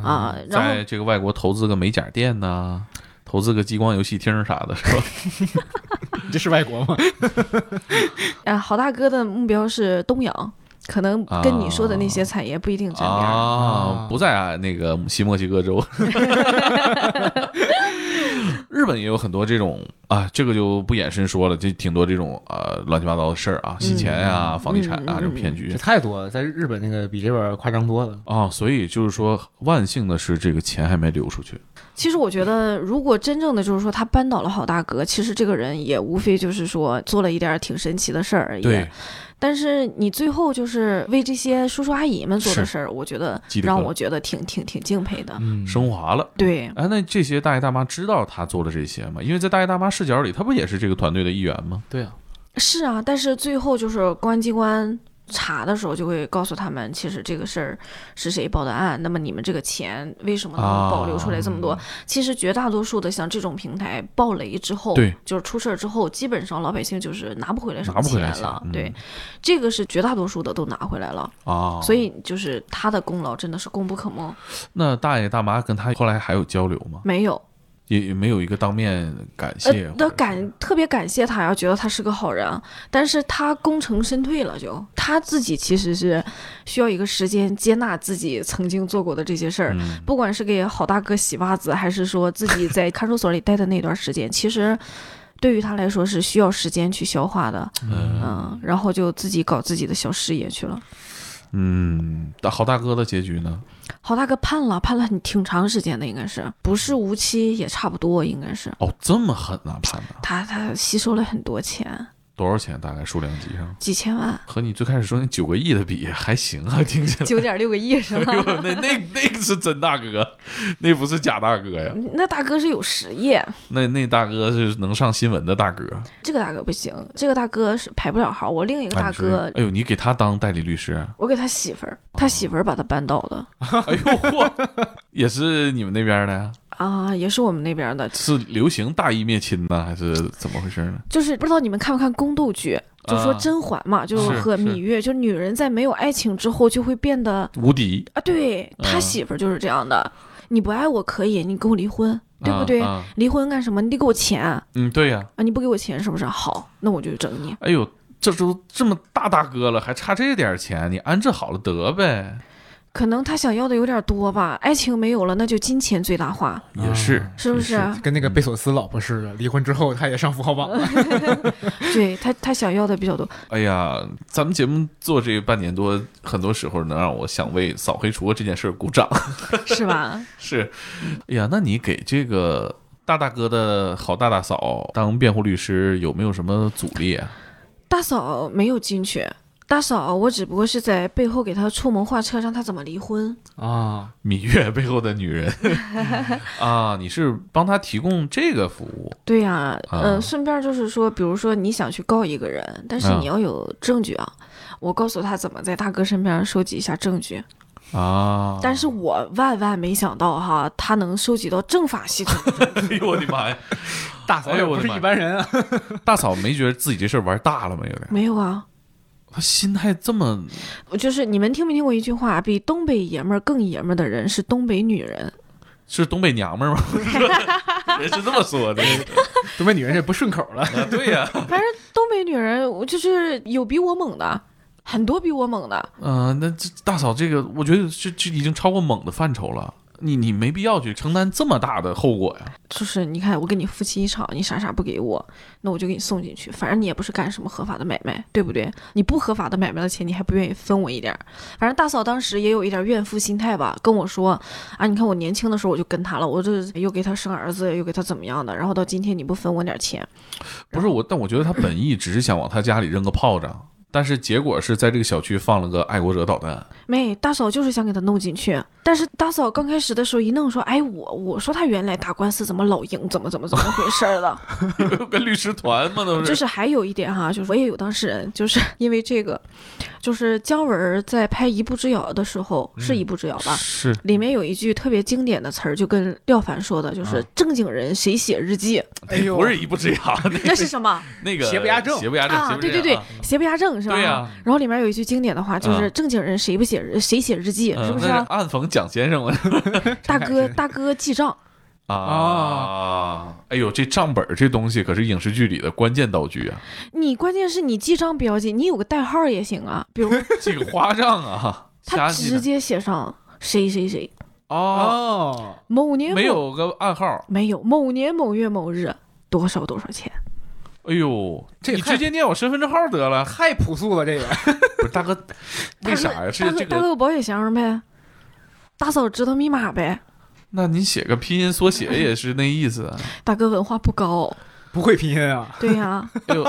[SPEAKER 3] 啊然
[SPEAKER 2] 嗯在
[SPEAKER 3] 后
[SPEAKER 2] 这个外国投资个美甲店呐、投资个激光游戏厅啥的，是吧？
[SPEAKER 4] 你 这是外国吗？
[SPEAKER 3] 呃，好大哥的目标是东洋。可能跟你说的那些产业不一定沾边儿，
[SPEAKER 2] 啊，不在、啊、那个西墨西哥州，日本也有很多这种啊，这个就不延伸说了，这挺多这种呃乱七八糟的事儿啊，洗钱啊、房地产啊、这种骗局
[SPEAKER 4] 这。太多了，在日本那个比这边夸张多了。
[SPEAKER 2] 啊、所以就是说，万幸的是，这个钱还没流出去。
[SPEAKER 3] 其实我觉得，如果真正的就是说他扳倒了好大哥，其实这个人也无非就是说做了一点儿挺神奇的事儿而已。但是你最后就是为这些叔叔阿姨们做的
[SPEAKER 2] 是
[SPEAKER 3] 事儿，我觉得
[SPEAKER 2] 记得
[SPEAKER 3] 让
[SPEAKER 2] 可
[SPEAKER 3] 我觉得挺挺挺敬佩的。
[SPEAKER 4] 嗯
[SPEAKER 2] 升华了。
[SPEAKER 3] 对，
[SPEAKER 2] 哎，那这些大爷大妈知道他做了这些吗？因为在大爷大妈视角里，他不也是这个团队的一员吗？
[SPEAKER 4] 对啊，
[SPEAKER 3] 是啊，但是最后就是公安机关查的时候，就会告诉他们，其实这个事儿是谁报的案，那么你们这个钱为什么能
[SPEAKER 2] 啊
[SPEAKER 3] 保留出来这么多？其实绝大多数的像这种平台爆雷之后，
[SPEAKER 2] 对，
[SPEAKER 3] 就是出事儿之后，基本上老百姓就是拿不回来什
[SPEAKER 2] 拿
[SPEAKER 3] 么
[SPEAKER 2] 不回来
[SPEAKER 3] 了
[SPEAKER 2] 钱，嗯
[SPEAKER 3] 对，这个是绝大多数的都拿回来了，
[SPEAKER 2] 啊，
[SPEAKER 3] 所以就是他的功劳真的是功不可没，
[SPEAKER 2] 那大爷大妈跟他后来还有交流吗？
[SPEAKER 3] 没有。
[SPEAKER 2] 也也没有一个当面感谢
[SPEAKER 3] 呃
[SPEAKER 2] 或，者
[SPEAKER 3] 他
[SPEAKER 2] 是，
[SPEAKER 3] 感特别感谢他呀，觉得他是个好人，但是他功成身退了就，他自己其实是需要一个时间接纳自己曾经做过的这些事儿，不管是给好大哥洗袜子，还是说自己在看守所里待的那段时间，其实。对于他来说是需要时间去消化的，嗯然后就自己搞自己的小事业去了。
[SPEAKER 2] 嗯，大好大哥的结局呢？
[SPEAKER 3] 好大哥判了，判了很挺长时间的，应该是不是无期也差不多，应该是
[SPEAKER 2] 哦，这么狠啊，判的
[SPEAKER 3] 他他吸收了很多钱，
[SPEAKER 2] 多少钱？大概数量级上，
[SPEAKER 3] 几千万，
[SPEAKER 2] 和你最开始说那九个亿的比还行啊，听 起来。
[SPEAKER 3] 九点六个亿是 吧
[SPEAKER 2] 哎？呦那那那个是真大哥，那不是假大哥呀。
[SPEAKER 3] 那大哥是有实业，
[SPEAKER 2] 那那大哥是能上新闻的大哥。
[SPEAKER 3] 这个大哥不行，这个大哥是排不了行。我另一个
[SPEAKER 2] 哎
[SPEAKER 3] 大
[SPEAKER 2] 你是
[SPEAKER 3] 哥，
[SPEAKER 2] 哎呦，你给他当代理律师啊？
[SPEAKER 3] 我给他媳妇儿，他媳妇儿把他扳倒的
[SPEAKER 2] 哎呦嚯， 也是你们那边的呀？
[SPEAKER 3] 啊，也是我们那边的，
[SPEAKER 2] 是流行大义灭亲呢，还是怎么回事呢？
[SPEAKER 3] 就是不知道你们看不看宫斗剧， 就说
[SPEAKER 2] 啊
[SPEAKER 3] 甄嬛嘛，就是和
[SPEAKER 2] 是
[SPEAKER 3] 芈月，就女人在没有爱情之后就会变得
[SPEAKER 2] 无敌，
[SPEAKER 3] 啊，对他
[SPEAKER 2] 啊
[SPEAKER 3] 媳妇儿就是这样的，你不爱我可以，你跟我离婚，对不
[SPEAKER 2] 啊
[SPEAKER 3] 对？
[SPEAKER 2] 啊
[SPEAKER 3] 离婚干什么？你得给我钱啊！
[SPEAKER 2] 嗯，对呀、
[SPEAKER 3] 你不给我钱是不是？好，那我就整你。
[SPEAKER 2] 哎呦，这都这么大大哥了，还差这点钱，你安置好了得呗。
[SPEAKER 3] 可能他想要的有点多吧，爱情没有了，那就金钱最大化，
[SPEAKER 2] 也是，
[SPEAKER 3] 是不是？
[SPEAKER 6] 跟那个贝索斯老婆似的，离婚之后他也上富豪榜了。
[SPEAKER 3] 对他，他想要的比较多。
[SPEAKER 2] 哎呀，咱们节目做这半年多，很多时候能让我想为扫黑除恶这件事儿鼓掌。
[SPEAKER 3] 是吧？
[SPEAKER 2] 是，哎呀，那你给这个大大哥的好大大嫂当辩护律师有没有什么阻力啊？
[SPEAKER 3] 大嫂没有进去，大嫂我只不过是在背后给他出谋划策，让他怎么离婚。
[SPEAKER 4] 啊，
[SPEAKER 2] 芈月背后的女人啊，你是帮他提供这个服务
[SPEAKER 3] 对呀、嗯、
[SPEAKER 2] 啊
[SPEAKER 3] 顺便就是说，比如说你想去告一个人，但是
[SPEAKER 2] 啊
[SPEAKER 3] 你要有证据啊。我告诉他怎么在大哥身边收集一下证据，
[SPEAKER 2] 啊？
[SPEAKER 3] 但是我万万没想到哈，他能收集到政法系统。
[SPEAKER 2] 哎呦我的妈呀！
[SPEAKER 6] 大嫂
[SPEAKER 2] 哎
[SPEAKER 6] 也
[SPEAKER 2] 呦
[SPEAKER 6] 不
[SPEAKER 2] 我的
[SPEAKER 6] 是
[SPEAKER 2] 妈
[SPEAKER 6] 一般人啊，
[SPEAKER 2] 大嫂没觉得自己这事儿玩大了吗？有点，
[SPEAKER 3] 没有啊，
[SPEAKER 2] 他心态这么
[SPEAKER 3] 我就是你们听没听过一句话，比东北爷们儿更爷们儿的人是东北女人。
[SPEAKER 2] 是东北娘们儿吗？ 人是这么说的。
[SPEAKER 6] 东北女人这不顺口了。
[SPEAKER 2] 啊对呀、
[SPEAKER 3] 反正东北女人，我就是有比我猛的，很多比我猛的。
[SPEAKER 2] 嗯、那这大嫂这个，我觉得这这已经超过猛的范畴了。你你没必要去承担这么大的后果呀。
[SPEAKER 3] 就是你看，我跟你夫妻一场，你啥啥不给我，那我就给你送进去。反正你也不是干什么合法的买卖，对不对？你不合法的买卖的钱，你还不愿意分我一点儿。反正大嫂当时也有一点怨妇心态吧，跟我说啊，你看我年轻的时候我就跟他了，我这又给他生儿子，又给他怎么样的，然后到今天你不分我点儿钱，
[SPEAKER 2] 不是我，但我觉得他本意只是想往他家里扔个炮仗，但是结果是在这个小区放了个爱国者导弹。
[SPEAKER 3] 没，大嫂就是想给他弄进去，但是大嫂刚开始的时候一弄说，哎，我我说他原来打官司怎么老赢，怎么怎么怎么回事 儿了。
[SPEAKER 2] 跟律师团嘛，那不
[SPEAKER 3] 就是还有一点哈，就是我也有当事人，就是 因为这个，就是姜文儿在拍《一步之遥》的时候，是一步之遥吧？
[SPEAKER 2] 嗯是
[SPEAKER 3] 里面有一句特别经典的词儿，就跟廖凡说的，
[SPEAKER 2] 嗯
[SPEAKER 3] 就是“正经人谁写 日记
[SPEAKER 6] 哎呦，
[SPEAKER 2] 不是一步之遥，
[SPEAKER 3] 那
[SPEAKER 2] 那
[SPEAKER 3] 是 什么
[SPEAKER 2] 那个
[SPEAKER 6] 邪不压正
[SPEAKER 2] 邪不压正
[SPEAKER 3] 啊？对对对，邪不压正是吧？
[SPEAKER 2] 对啊呀
[SPEAKER 3] 然后里面有一句经典的话，就是“
[SPEAKER 2] 啊
[SPEAKER 3] 正经人谁不写日谁写日记”，
[SPEAKER 2] 嗯
[SPEAKER 3] 是不是啊？
[SPEAKER 2] 暗讽蒋先生我
[SPEAKER 3] 大哥
[SPEAKER 6] 真还是
[SPEAKER 3] 大哥记账，
[SPEAKER 2] 啊！哎呦，这账本儿这东西可是影视剧里的关键道具啊，
[SPEAKER 3] 你关键是你记账不要紧，你有个代号儿也行啊， 比如
[SPEAKER 2] 这个 花账啊，
[SPEAKER 3] 他
[SPEAKER 2] 瞎记的
[SPEAKER 3] 直接啊写上谁谁谁
[SPEAKER 2] 哦，
[SPEAKER 6] 哦，
[SPEAKER 3] 某年某
[SPEAKER 2] 没有个暗号。
[SPEAKER 3] 没有，某年某月某日多少多少钱，
[SPEAKER 2] 哎呦，
[SPEAKER 6] 这
[SPEAKER 2] 你
[SPEAKER 6] 太
[SPEAKER 2] 直接念我身份证号得 了。
[SPEAKER 6] 太朴素了，这个
[SPEAKER 2] 不是大哥，为啥呀？
[SPEAKER 3] 大
[SPEAKER 2] 这
[SPEAKER 3] 哥
[SPEAKER 2] 这
[SPEAKER 3] 大
[SPEAKER 2] 个，
[SPEAKER 3] 哥有保险箱呗，大嫂知道密码呗，
[SPEAKER 2] 那你写个拼音缩 写也是那意思啊。
[SPEAKER 3] 大哥文化不高，
[SPEAKER 6] 不会拼音 啊。
[SPEAKER 3] 对呀、
[SPEAKER 2] 哎呦，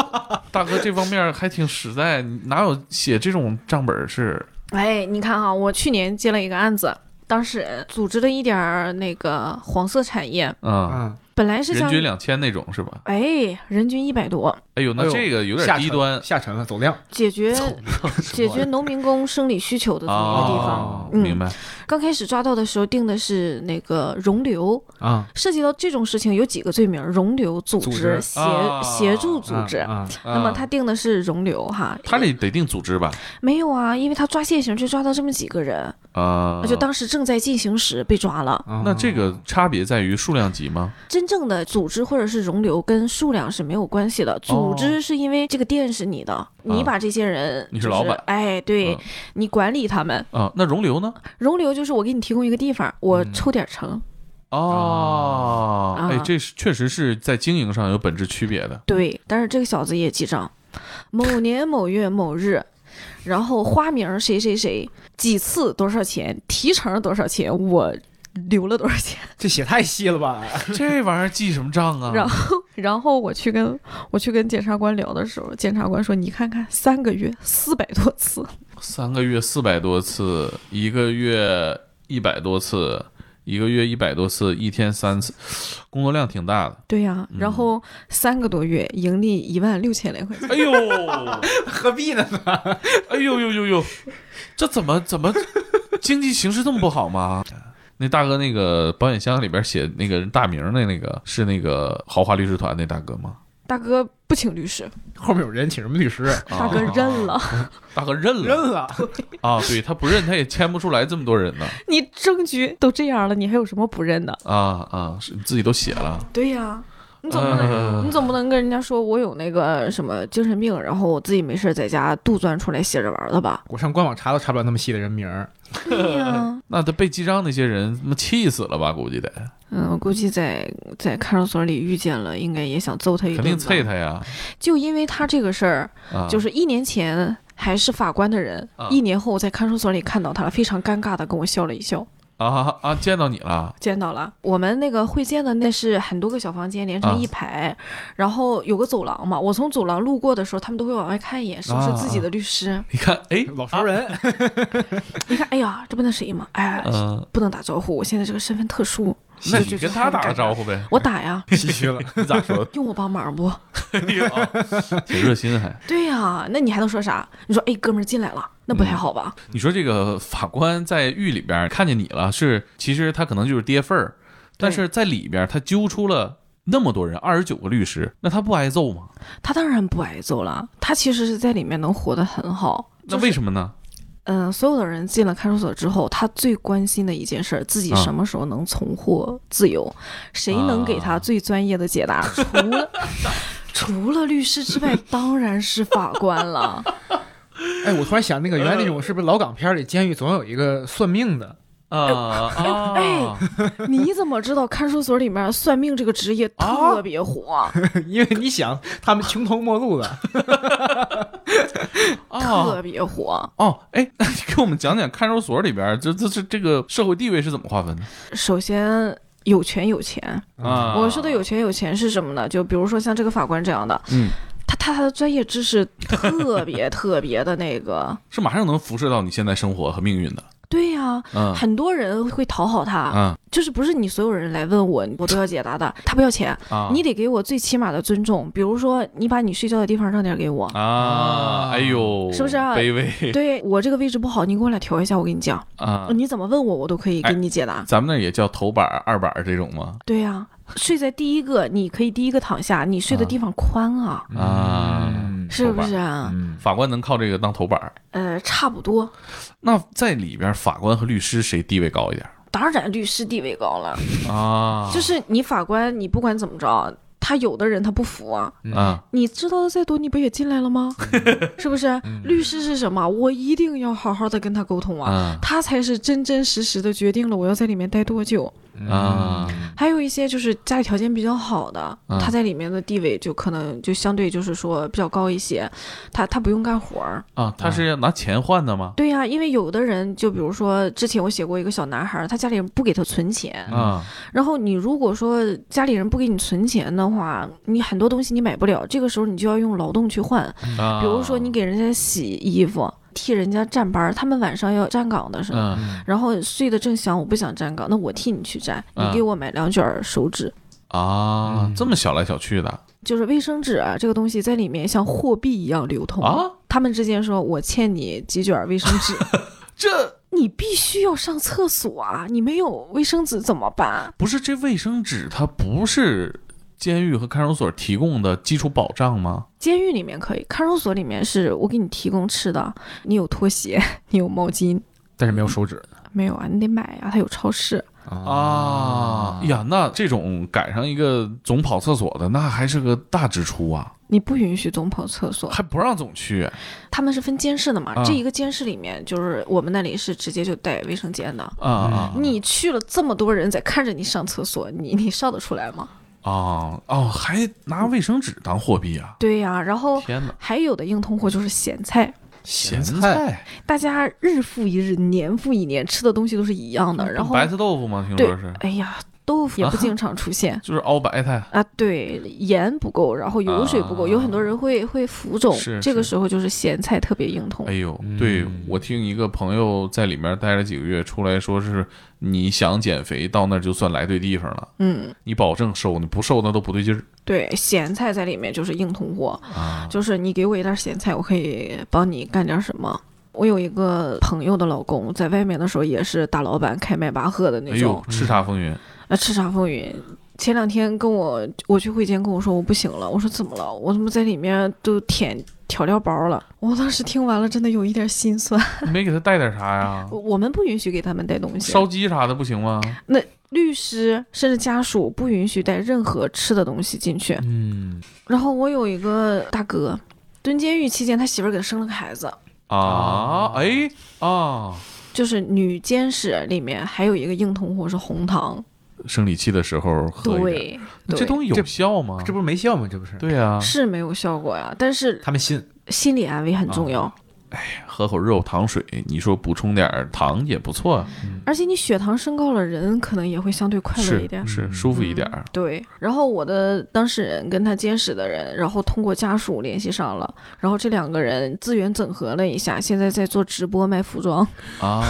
[SPEAKER 2] 大哥这方面还挺实在，你哪有写这种账本儿是？
[SPEAKER 3] 哎，你看啊，我去年接了一个案子。当事人组织了一点儿那个黄色产业，
[SPEAKER 2] 啊，
[SPEAKER 6] 嗯，
[SPEAKER 3] 本来是
[SPEAKER 2] 人
[SPEAKER 3] 想
[SPEAKER 2] 均两千那种是吧？
[SPEAKER 3] 哎，人均一百多，
[SPEAKER 2] 哎呦，
[SPEAKER 6] 哎
[SPEAKER 2] 那
[SPEAKER 6] 呦
[SPEAKER 2] 这个有点
[SPEAKER 6] 下
[SPEAKER 2] 低
[SPEAKER 6] 沉
[SPEAKER 2] 端
[SPEAKER 6] 下沉了，走量。
[SPEAKER 3] 解决解决农民工生理需求的这么一个地方。
[SPEAKER 2] 啊，
[SPEAKER 3] 嗯
[SPEAKER 2] 明白。
[SPEAKER 3] 刚开始抓到的时候定的是那个容留，
[SPEAKER 6] 啊，
[SPEAKER 3] 涉及到这种事情有几个罪名：容留、组织、
[SPEAKER 6] 组织
[SPEAKER 3] 协、
[SPEAKER 2] 啊
[SPEAKER 3] 协助组织。
[SPEAKER 6] 啊，
[SPEAKER 3] 那么
[SPEAKER 2] 啊
[SPEAKER 3] 他定的是容留哈，
[SPEAKER 2] 他得得定组织吧？
[SPEAKER 3] 没有啊，因为他抓现行就抓到这么几个人，
[SPEAKER 2] 啊，
[SPEAKER 3] 就当时正在进行时被抓了。
[SPEAKER 6] 啊
[SPEAKER 2] 那这个差别在于数量级吗？
[SPEAKER 3] 真正的组织或者是容留跟数量是没有关系的，组织是因为这个店是你的，你把这些
[SPEAKER 2] 哦
[SPEAKER 3] 人、就是、
[SPEAKER 2] 啊你是老板
[SPEAKER 3] 哎，对、
[SPEAKER 2] 嗯
[SPEAKER 3] 你管理他们。
[SPEAKER 2] 啊，那容留呢？
[SPEAKER 3] 容留就是我给你提供一个地方，我
[SPEAKER 2] 嗯
[SPEAKER 3] 抽点成，
[SPEAKER 2] 哦，
[SPEAKER 3] 啊
[SPEAKER 2] 哎，这是确实是在经营上有本质区别的。
[SPEAKER 3] 对，但是这个小子也记账，某年某月某日，然后花名谁谁谁，几次多少钱，提成多少钱，我留了多少钱，
[SPEAKER 6] 这写太细了吧？
[SPEAKER 2] 这玩意儿记什么账啊？
[SPEAKER 3] 然后然后我去跟我去跟检察官聊的时候，检察官说：“你看看，三个月四百多次，
[SPEAKER 2] 三个月四百多次，一个月一百多次，一个月一百多次，一天三次，工作量挺大的。
[SPEAKER 3] 对呀、然后三个多月盈利一万六千来块 钱。
[SPEAKER 2] 哎呦，
[SPEAKER 6] 何必呢？
[SPEAKER 2] 哎呦呦呦呦，这怎么怎么经济形势这么不好吗？那大哥，那个保险箱里边写那个人大名的那个是那个豪华律师团那大哥吗？
[SPEAKER 3] 大哥不请律师，
[SPEAKER 6] 后面有人请什么律师？
[SPEAKER 2] 啊
[SPEAKER 3] 大哥认 了，
[SPEAKER 2] 大哥认了，
[SPEAKER 6] 认了，
[SPEAKER 2] 啊！对他不认，他也签不出来这么多人呢。
[SPEAKER 3] 你证据都这样了，你还有什么不认的？
[SPEAKER 2] 啊啊，是你自己都写了，
[SPEAKER 3] 对呀、你总不能、
[SPEAKER 2] 呃
[SPEAKER 3] 你总不能跟人家说我有那个什么精神病，然后我自己没事儿在家杜撰出来写着玩儿的吧？嗯
[SPEAKER 6] 我上官网查都查不了那么细的人名儿。
[SPEAKER 3] 对呀、
[SPEAKER 2] 那他被记账那些人他妈气死了吧？估计得
[SPEAKER 3] 嗯，我估计在在看守所里遇见了，应该也想揍他一顿
[SPEAKER 2] 肯
[SPEAKER 3] 吧。
[SPEAKER 2] 定啐他呀！
[SPEAKER 3] 就因为他这个事儿，
[SPEAKER 2] 啊，
[SPEAKER 3] 就是一年前还是法官的人，
[SPEAKER 2] 啊
[SPEAKER 3] 一年后在看守所里看到他了，非常尴尬的跟我笑了一笑。
[SPEAKER 2] 啊啊，见到你了，
[SPEAKER 3] 见到了，我们那个会见的那是很多个小房间连
[SPEAKER 2] 啊
[SPEAKER 3] 成一排，然后有个走廊嘛。我从走廊路过的时候，他们都会往外看一眼，是不
[SPEAKER 2] 啊
[SPEAKER 3] 是自己的律师？
[SPEAKER 2] 你看，哎，
[SPEAKER 6] 老熟人，
[SPEAKER 3] 一看，哎呀，这不那谁嘛，哎呀，
[SPEAKER 2] 嗯、
[SPEAKER 3] 不能打招呼，我现在这个身份特殊，
[SPEAKER 2] 那
[SPEAKER 3] 就
[SPEAKER 2] 你
[SPEAKER 3] 是
[SPEAKER 2] 跟他
[SPEAKER 3] 很
[SPEAKER 2] 打
[SPEAKER 3] 尴
[SPEAKER 2] 个
[SPEAKER 3] 尬，
[SPEAKER 2] 招呼呗
[SPEAKER 3] 我打呀，
[SPEAKER 6] 唏嘘了。
[SPEAKER 2] 你咋说？
[SPEAKER 3] 用我帮忙不？
[SPEAKER 2] 挺热心还。
[SPEAKER 3] 对呀、那你还能说啥？你说，哎，哥们儿进来了，那
[SPEAKER 2] 嗯
[SPEAKER 3] 不太好吧？
[SPEAKER 2] 你说这个法官在狱里边看见你了，是其实他可能就是跌份儿，但是在里边他揪出了那么多人，二十九个律师，那他不挨揍吗？
[SPEAKER 3] 他当然不挨揍了，他其实是在里面能活得很好。
[SPEAKER 2] 那为什么呢？
[SPEAKER 3] 嗯，所有的人进了看守所之后，他最关心的一件事儿，自己
[SPEAKER 2] 啊
[SPEAKER 3] 什么时候能重获自由？谁能给他
[SPEAKER 2] 啊
[SPEAKER 3] 最专业的解 答？除了除了律师之外，当然是法官了。
[SPEAKER 6] 哎，我突然想，那个原来那种是不是老港片里监狱总有一个算命的？
[SPEAKER 2] 啊啊！
[SPEAKER 3] 哎你怎么知道看守所里面算命这个职业特别火？
[SPEAKER 6] 因为你想，他们穷途末路了，
[SPEAKER 2] 啊
[SPEAKER 3] 特别火。
[SPEAKER 2] 哦，哎， 那你给我们讲讲看守所里边，这这这这个社会地位是怎么划分的
[SPEAKER 3] 首先。有权有钱，
[SPEAKER 2] 啊？
[SPEAKER 3] 嗯我说的有权有钱是什么呢？就比如说像这个法官这样的，
[SPEAKER 2] 嗯，
[SPEAKER 3] 他他他的专业知识特别特别的 那个，
[SPEAKER 2] 是马上能辐射到你现在生活和命运的。
[SPEAKER 3] 对呀、
[SPEAKER 2] 嗯
[SPEAKER 3] 很多人会讨好他，
[SPEAKER 2] 嗯
[SPEAKER 3] 就是不是你所有人来问我，我都要解答的。他不要钱，
[SPEAKER 2] 啊，
[SPEAKER 3] 你得给我最起码的尊重，比如说你把你睡觉的地方让点给我，
[SPEAKER 2] 啊，哎呦，
[SPEAKER 3] 是不是啊
[SPEAKER 2] 卑 微
[SPEAKER 3] 对我这个位置不好，你给我俩调一下，我跟你讲，
[SPEAKER 2] 啊？哎
[SPEAKER 3] 你怎么问我，我都可以给你解答。
[SPEAKER 2] 咱们那儿也叫头板儿、二板儿这种吗？
[SPEAKER 3] 对呀、睡在第一个，你可以第一个躺下，你睡的地方宽啊，
[SPEAKER 2] 啊，
[SPEAKER 3] 是不是啊？
[SPEAKER 2] 法官能靠这个当头板儿。
[SPEAKER 3] 呃，差不多。
[SPEAKER 2] 那在里边，法官和律师谁地位高一点
[SPEAKER 3] 当然，律师地位高了，
[SPEAKER 2] 啊？
[SPEAKER 3] 就是你法官，你不管怎么着，他有的人他不服啊，
[SPEAKER 2] 啊，
[SPEAKER 3] 你知道的再多，你不也进来了吗？
[SPEAKER 2] 嗯
[SPEAKER 3] 是不是？律师是什么？我一定要好好的跟他沟通啊。
[SPEAKER 2] 啊
[SPEAKER 3] 他才是真真实实的决定了我要在里面待多久。
[SPEAKER 2] 啊
[SPEAKER 3] 还有一些就是家里条件比较好的，
[SPEAKER 2] 嗯
[SPEAKER 3] 他在里面的地位就可能就相对就是说比较高一些，他他不用干活儿。
[SPEAKER 2] 啊！他是要拿钱换的吗？
[SPEAKER 3] 对呀、因为有的人就比如说之前我写过一个小男孩儿，他家里人不给他存钱，
[SPEAKER 2] 啊
[SPEAKER 3] 然后你如果说家里人不给你存钱的话，你很多东西你买不了，这个时候你就要用劳动去换。
[SPEAKER 2] 啊！
[SPEAKER 3] 比如说你给人家洗衣服，替人家站班儿，他们晚上要站岗的时候，
[SPEAKER 2] 嗯
[SPEAKER 3] 然后睡得正香，我不想站岗，那我替你去站，你
[SPEAKER 2] 嗯
[SPEAKER 3] 给我买两卷儿手纸，
[SPEAKER 2] 啊，这么小来小去的
[SPEAKER 3] 就是卫生纸啊，这个东西在里面像货币一样流通
[SPEAKER 2] 啊。
[SPEAKER 3] 他们之间说我欠你几卷儿卫生 纸，
[SPEAKER 2] 这
[SPEAKER 3] 你必须要上厕所啊，你没有卫生纸怎么办？
[SPEAKER 2] 不是这卫生纸，它不是监狱和看守所提供的基础保障吗？
[SPEAKER 3] 监狱里面可以，看守所里面是我给你提供吃的，你有拖鞋， 你有毛巾，
[SPEAKER 6] 但是没有手指
[SPEAKER 3] 没有啊？你得买啊，它有超市。
[SPEAKER 2] 啊呀，那这种赶上一个总跑厕所的，那还是个大支出啊，
[SPEAKER 3] 你不允许总跑厕所，
[SPEAKER 2] 还不让总去
[SPEAKER 3] 他们是分监室的嘛？
[SPEAKER 2] 啊
[SPEAKER 3] 这一个监室里面，就是我们那里是直接就带卫生间的。
[SPEAKER 2] 啊啊
[SPEAKER 3] 你去了这么多人在看着你上厕所，你你上得出来吗？
[SPEAKER 2] 啊哦，还拿卫生纸当货币啊！
[SPEAKER 3] 对呀、然后
[SPEAKER 2] 天哪，
[SPEAKER 3] 还有的硬通货就是咸菜，
[SPEAKER 2] 咸
[SPEAKER 6] 菜
[SPEAKER 3] 大家日复一日、年复一年吃的东西都是一样的，然后
[SPEAKER 2] 嗯白菜豆腐吗？听
[SPEAKER 3] 对
[SPEAKER 2] 说是，
[SPEAKER 3] 哎呀，豆腐也不经常 出现。
[SPEAKER 2] 就是熬白菜，
[SPEAKER 3] 啊，对，盐不够，然后油水不够，有很多人会会浮肿
[SPEAKER 2] 啊是，
[SPEAKER 3] 这个
[SPEAKER 2] 是
[SPEAKER 3] 时候就是咸菜特别硬通
[SPEAKER 2] 哎。呦，对
[SPEAKER 4] 嗯
[SPEAKER 2] 我听一个朋友在里面待了几个月，出来说是你想减肥到那儿就算来对地方了，
[SPEAKER 3] 嗯，
[SPEAKER 2] 你保证瘦，你不瘦那都不对劲儿
[SPEAKER 3] 对，咸菜在里面就是硬通货，
[SPEAKER 2] 啊。
[SPEAKER 3] 就是你给我一袋咸菜，我可以帮你干点什么。我有一个朋友的老公，在外面的时候也是大老板，开迈巴赫的
[SPEAKER 2] 哎
[SPEAKER 3] 那种
[SPEAKER 2] 呦，，叱咤风云，
[SPEAKER 3] 啊，叱咤风云。前两天跟我我去会见，跟我说我不行了，我说怎么了？我怎么在里面都舔调料包了？我当时听完了，真的有一点心酸。
[SPEAKER 2] 你没给他带点啥呀？
[SPEAKER 3] 我我们不允许给他们带东西，
[SPEAKER 2] 哦烧鸡啥的不行吗？
[SPEAKER 3] 律师甚至家属不允许带任何吃的东西进去。
[SPEAKER 4] 嗯，
[SPEAKER 3] 然后我有一个大哥，蹲监狱期间，他媳妇儿给他生了个孩子，
[SPEAKER 2] 啊，哎啊，
[SPEAKER 3] 就是女监室里面还有一个硬通货是红糖，
[SPEAKER 2] 生理期的时候喝一点，
[SPEAKER 3] 对，
[SPEAKER 2] 啊那这
[SPEAKER 3] 对
[SPEAKER 2] 东西有效吗？
[SPEAKER 6] 这不是没效吗？这不是
[SPEAKER 2] 对啊呀，
[SPEAKER 3] 是没有效果呀，但是
[SPEAKER 4] 他们信，
[SPEAKER 3] 心理安慰很重
[SPEAKER 2] 啊
[SPEAKER 3] 要，
[SPEAKER 2] 喝口肉糖水，你说补充点儿糖也不错啊，
[SPEAKER 3] 而且你血糖升高了，人可能也会相对快乐一
[SPEAKER 2] 是
[SPEAKER 3] 点。
[SPEAKER 2] 是舒服一点儿。
[SPEAKER 3] 对，然后我的当事人跟他监室的人，然后通过家属联系上了，然后这两个人资源整合了一下，现在在做直播卖服 装。
[SPEAKER 2] 啊，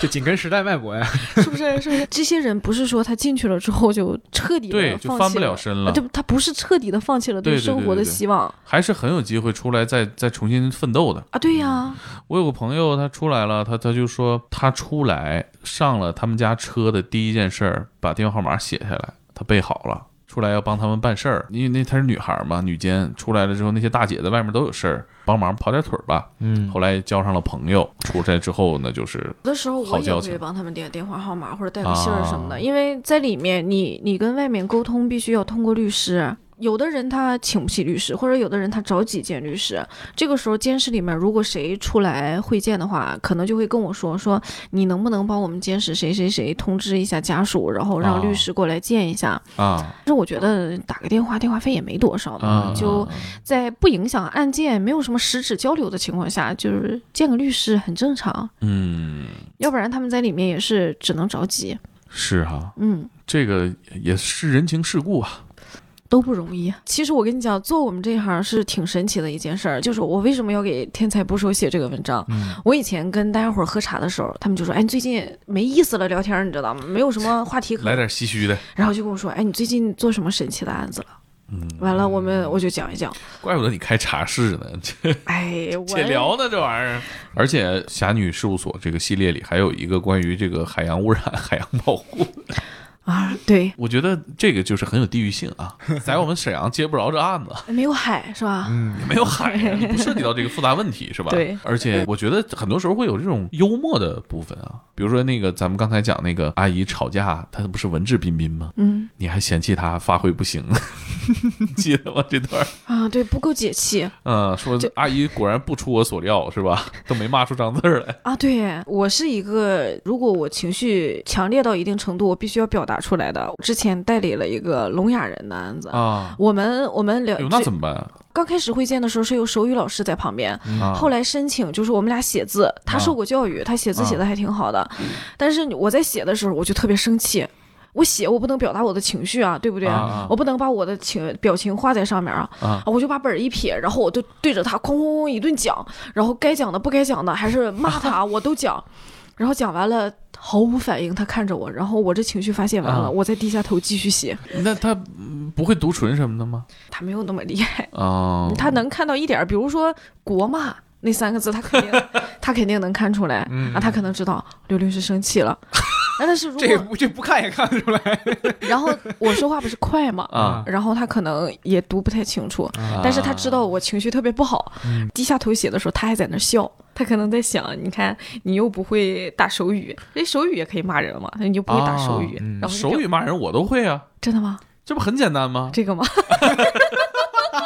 [SPEAKER 6] 这紧跟时代脉搏呀。
[SPEAKER 3] 是不是？是不是？这些人不是说他进去了之后就彻底
[SPEAKER 2] 对，
[SPEAKER 3] 的
[SPEAKER 2] 就翻
[SPEAKER 3] 放弃
[SPEAKER 2] 不了身了
[SPEAKER 3] 啊，对，他不是彻底的放弃了
[SPEAKER 2] 对对对
[SPEAKER 3] 生活的
[SPEAKER 2] 对对
[SPEAKER 3] 希望
[SPEAKER 2] 还是很有机会出来再再重新奋斗的。
[SPEAKER 3] 啊，对呀、
[SPEAKER 2] 我有个朋友，他出来了，他他就说他出来上了他们家车的第一件事儿，把电话号码写下来，他背好了。出来要帮他们办事儿，因为那她是女孩儿嘛，女监出来了之后，那些大姐在外面都有事儿，帮忙跑点腿儿吧。
[SPEAKER 4] 嗯，
[SPEAKER 2] 后来交上了朋友，出差之后呢，就是
[SPEAKER 3] 有的时候
[SPEAKER 2] 好
[SPEAKER 3] 我也
[SPEAKER 2] 交
[SPEAKER 3] 会
[SPEAKER 2] 情
[SPEAKER 3] 帮他们点电话号码或者带个信儿什么的，
[SPEAKER 2] 啊
[SPEAKER 3] 因为在里面你你跟外面沟通必须要通过律师。有的人他请不起律师，或者有的人他找几见律师。这个时候，监室里面如果谁出来会见的话，可能就会跟我说说，你能不能帮我们监室谁谁谁通知一下家属，然后让律
[SPEAKER 2] 啊
[SPEAKER 3] 师过来见一下。
[SPEAKER 2] 啊
[SPEAKER 3] 但是我觉得打个电话，电话费也没多少嘛，
[SPEAKER 2] 啊，
[SPEAKER 3] 就在不影响案件、没有什么实质交流的情况下，就是见个律师很正常。
[SPEAKER 2] 嗯，
[SPEAKER 3] 要不然他们在里面也是只能着急，
[SPEAKER 2] 是哈、
[SPEAKER 3] 嗯，
[SPEAKER 2] 这个也是人情世故啊。
[SPEAKER 3] 都不容易。其实我跟你讲，做我们这一行是挺神奇的一件事儿，就是我为什么要给《天才捕手》写这个文章？
[SPEAKER 2] 嗯
[SPEAKER 3] 我以前跟大家伙儿喝茶的时候，他们就说：“哎，你最近没意思了，聊天儿你知道吗？没有 什么话题可
[SPEAKER 2] 来点唏嘘的，
[SPEAKER 3] 然后就跟我说：“哎，你最近做什么神奇的案子了？”嗯，完了，我们我就讲一讲。
[SPEAKER 2] 怪不得你开茶室呢，
[SPEAKER 3] 哎，我
[SPEAKER 2] 且聊呢这玩意儿。而且《侠女事务所》这个系列里还有一个关于这个海洋污染、海洋保护，
[SPEAKER 3] 啊，对，
[SPEAKER 2] 我觉得这个就是很有地域性 啊，在我们沈阳接不着这案子，
[SPEAKER 3] 没有海是吧？
[SPEAKER 2] 也没有海啊，你不涉及到这个复杂问题是吧？
[SPEAKER 3] 对
[SPEAKER 2] 而且我觉得很多时候会有这种幽默的部分啊，比如说那个咱们刚才讲那个阿姨吵架，她不是文质彬彬吗？
[SPEAKER 3] 嗯
[SPEAKER 2] 你还嫌弃她发挥不行， 记得吗？这段儿。
[SPEAKER 3] 啊，对，不够解气
[SPEAKER 2] 嗯，说
[SPEAKER 3] 这
[SPEAKER 2] 阿姨果然不出我所料，是 吧？都没骂出脏字儿来。
[SPEAKER 3] 啊。对我是一个，如果我情绪强烈到一定程度，我必须要表达出来的。之前代理了一个聋哑人的案子。
[SPEAKER 2] 啊，
[SPEAKER 3] 我们我们聊
[SPEAKER 2] 哎呦，，那
[SPEAKER 3] 就
[SPEAKER 2] 怎么办啊？
[SPEAKER 3] 刚开始会见的时候是有手语老师在旁边，
[SPEAKER 2] 啊
[SPEAKER 3] 嗯后来申请就是我们俩写字，他受过教育，他写
[SPEAKER 2] 啊
[SPEAKER 3] 字写的还挺好的，
[SPEAKER 2] 嗯
[SPEAKER 3] 但是我在写的时候我就特别生气，我写我不能表达我的情绪啊，对不对？
[SPEAKER 2] 啊啊
[SPEAKER 3] 我不能把我的情表情画在上面啊，
[SPEAKER 2] 啊
[SPEAKER 3] 我就把本儿一撇，然后我就对着他哐哐哐一顿讲，然后该讲的不该讲的还是骂他我都讲。然后讲完了毫无反应，他看着我，然后我这情绪发泄完了，
[SPEAKER 2] 啊
[SPEAKER 3] 我再低下头继续写。
[SPEAKER 2] 那他嗯不会读唇什么的 吗？
[SPEAKER 3] 他没有那么厉害，
[SPEAKER 2] 啊，
[SPEAKER 3] 他能看到一点儿，比如说“国骂”那三个字，他肯定他肯定能看出来、啊，他可能知道刘律师生气了。啊但是如
[SPEAKER 6] 这
[SPEAKER 3] 果
[SPEAKER 6] 不这不看也看得出来。
[SPEAKER 3] 然后我说话不是快嘛，
[SPEAKER 2] 啊，
[SPEAKER 3] 然后他可能也读不太清楚，但是他知道我情绪特别不好，
[SPEAKER 2] 嗯
[SPEAKER 3] 低下头写的时候他还在那儿笑。他可能在想，你看你又不会打手语，这手语也可以骂人嘛，你就不会打手语，
[SPEAKER 4] 啊嗯
[SPEAKER 3] 然后就
[SPEAKER 2] 哦手语骂人我都会啊，
[SPEAKER 3] 真的吗？
[SPEAKER 2] 这不很简单吗？
[SPEAKER 3] 这个吗？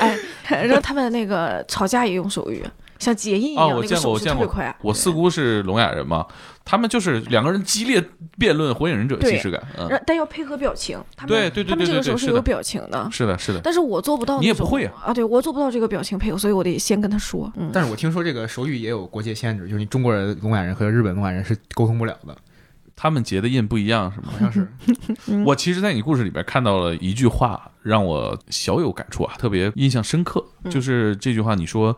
[SPEAKER 3] 哎，然后他们那个吵架也用手语，像结印一
[SPEAKER 2] 啊，
[SPEAKER 3] 样，
[SPEAKER 2] 我
[SPEAKER 3] 那个
[SPEAKER 2] 见过，
[SPEAKER 3] 手
[SPEAKER 2] 我
[SPEAKER 3] 势特
[SPEAKER 2] 见
[SPEAKER 3] 别
[SPEAKER 2] 过
[SPEAKER 3] 快。。啊
[SPEAKER 2] 我四姑是聋哑人嘛，他们就是两个人激烈辩论《火影忍者》
[SPEAKER 3] 对
[SPEAKER 2] 既视感。嗯，
[SPEAKER 3] 然后但要配合表情，他们
[SPEAKER 2] 对对对
[SPEAKER 3] 他们这
[SPEAKER 2] 对
[SPEAKER 3] 个
[SPEAKER 2] 对
[SPEAKER 3] 时候
[SPEAKER 2] 对
[SPEAKER 3] 是
[SPEAKER 2] 是的
[SPEAKER 3] 有表情的，
[SPEAKER 2] 是的，是的。
[SPEAKER 3] 但是我做不到。
[SPEAKER 2] 你也不会啊
[SPEAKER 3] 啊？对我做不到这个表情配合，所以我得先跟他说。嗯，
[SPEAKER 6] 但是我听说这个手语也有国界限制，就是你中国人聋哑人和日本聋哑人是沟通不了的。
[SPEAKER 2] 他们结的印不一样，是吗？
[SPEAKER 6] 好像 是，
[SPEAKER 2] 我其实，在你故事里边看到了一句话，让我小有感触啊，特别印象深刻。
[SPEAKER 1] 嗯
[SPEAKER 2] 就是这句话，你说，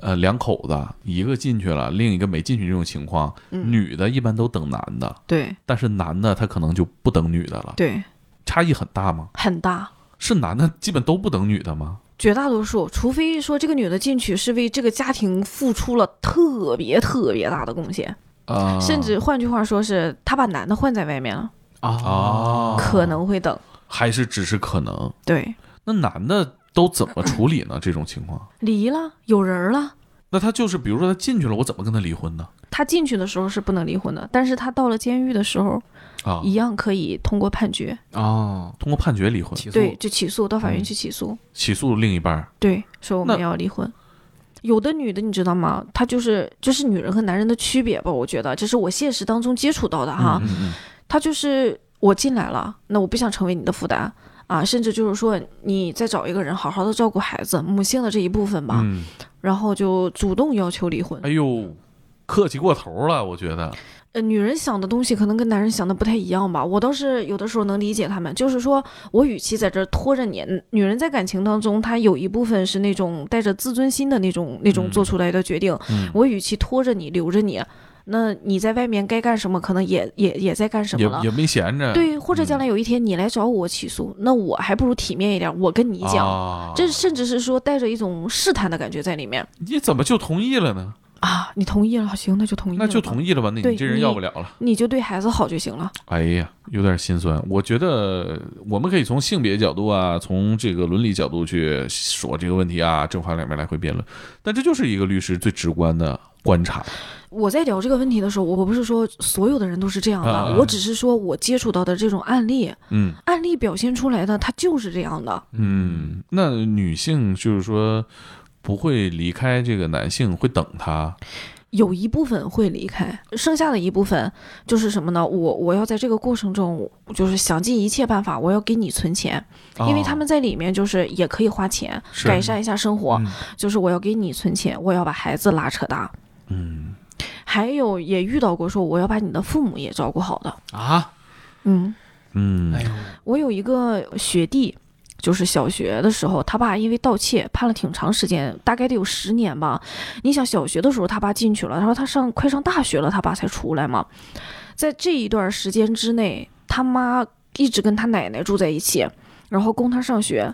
[SPEAKER 2] 呃，两口子一个进去了，另一个没进去这种情况，女的一般都等男的，
[SPEAKER 3] 嗯对
[SPEAKER 2] 但是男的他可能就不等女的了，
[SPEAKER 3] 对，
[SPEAKER 2] 差异很大吗？
[SPEAKER 3] 很大。
[SPEAKER 2] 是男的基本都不等女的吗？
[SPEAKER 3] 绝大多数，除非说这个女的进去是为这个家庭付出了特别特别大的贡献，
[SPEAKER 2] 啊、
[SPEAKER 3] 甚至换句话说是她把男的换在外面了，
[SPEAKER 6] 哦
[SPEAKER 2] 啊，
[SPEAKER 3] 可能会等。
[SPEAKER 2] 还是只是可能。
[SPEAKER 3] 对，
[SPEAKER 2] 那男的都怎么处理呢？这种情 况，
[SPEAKER 3] 离了，有人儿了。
[SPEAKER 2] 那他就是比如说他进去了，我怎么跟他离婚呢？
[SPEAKER 3] 她进去的时候是不能离婚的，但是她到了监狱的时候，
[SPEAKER 2] 啊，
[SPEAKER 3] 一样可以通过判决，
[SPEAKER 6] 哦，
[SPEAKER 2] 通过判决离婚，
[SPEAKER 6] 起诉
[SPEAKER 3] 对，就起诉到法
[SPEAKER 2] 嗯
[SPEAKER 3] 院去起诉，
[SPEAKER 2] 起诉另一半儿。
[SPEAKER 3] 对，说我们
[SPEAKER 2] 那
[SPEAKER 3] 要离婚。有的女的你知道吗？她就是就是女人和男人的区别吧，我觉得这是我现实当中接触到的哈。
[SPEAKER 2] 嗯嗯
[SPEAKER 3] 他就是我进来了，那我不想成为你的负担啊，甚至就是说你再找一个人好好的照顾孩子，母性的这一部分吧，
[SPEAKER 2] 嗯，
[SPEAKER 3] 然后就主动要求离婚。
[SPEAKER 2] 哎呦，客气过头了，我觉得。
[SPEAKER 3] 呃，女人想的东西可能跟男人想的不太一样吧，我倒是有的时候能理解他们，就是说我与其在这儿拖着你，嗯女人在感情当中，她有一部分是那种带着自尊心的那种那种
[SPEAKER 2] 嗯
[SPEAKER 3] 做出来的决定，我与其拖着你留着你，那你在外面该干什么，可能也也也在干什
[SPEAKER 2] 也
[SPEAKER 3] 么了，
[SPEAKER 2] 也嗯没闲着。
[SPEAKER 3] 对，或者将来有一天你来找我起诉，那我还不如体面一点，我跟你讲，
[SPEAKER 2] 啊、
[SPEAKER 3] 这甚至是说带着一种试探的感觉在里面
[SPEAKER 2] 你怎么就同意了呢？
[SPEAKER 3] 啊。你同意了，行，那就同意了
[SPEAKER 2] 那
[SPEAKER 3] 吧，
[SPEAKER 2] 就同意了吧，那
[SPEAKER 3] 嗯对
[SPEAKER 2] 你这人
[SPEAKER 3] 你
[SPEAKER 2] 要不了了。
[SPEAKER 3] 你就对孩子好就行了。
[SPEAKER 2] 哎呀，有点心酸。我觉得我们可以从性别角度啊，从这个伦理角度去说这个问题啊，正反两面来回辩论。但这就是一个律师最直观的观察。
[SPEAKER 3] 我在聊这个问题的时候，我不是说所有的人都是这样的，
[SPEAKER 2] 啊啊啊
[SPEAKER 3] 我只是说我接触到的这种案例，
[SPEAKER 2] 嗯
[SPEAKER 3] 案例表现出来的它就是这样的。
[SPEAKER 2] 嗯，那女性就是说不会离开这个男性，会等他。
[SPEAKER 3] 有一部分会离开，剩下的一部分就是什么呢？我我要在这个过程中，就是想尽一切办法，我要给你存钱，因为
[SPEAKER 2] 啊
[SPEAKER 3] 他们在里面就是也可以花钱
[SPEAKER 2] 是
[SPEAKER 3] 改善一下生活，就是我要给你存钱，我要把孩子拉扯大。
[SPEAKER 2] 嗯，
[SPEAKER 3] 还有也遇到过说我要把你的父母也照顾好的，
[SPEAKER 6] 啊，
[SPEAKER 3] 嗯，
[SPEAKER 2] 嗯，
[SPEAKER 6] 哎呦，
[SPEAKER 3] 我有一个学弟，就是小学的时候，他爸因为盗窃判了挺长时间，大概得有十年吧。你想，小学的时候他爸进去了，然后他上快上大学了，他爸才出来嘛。在这一段时间之内，他妈一直跟他奶奶住在一起，然后供他上学。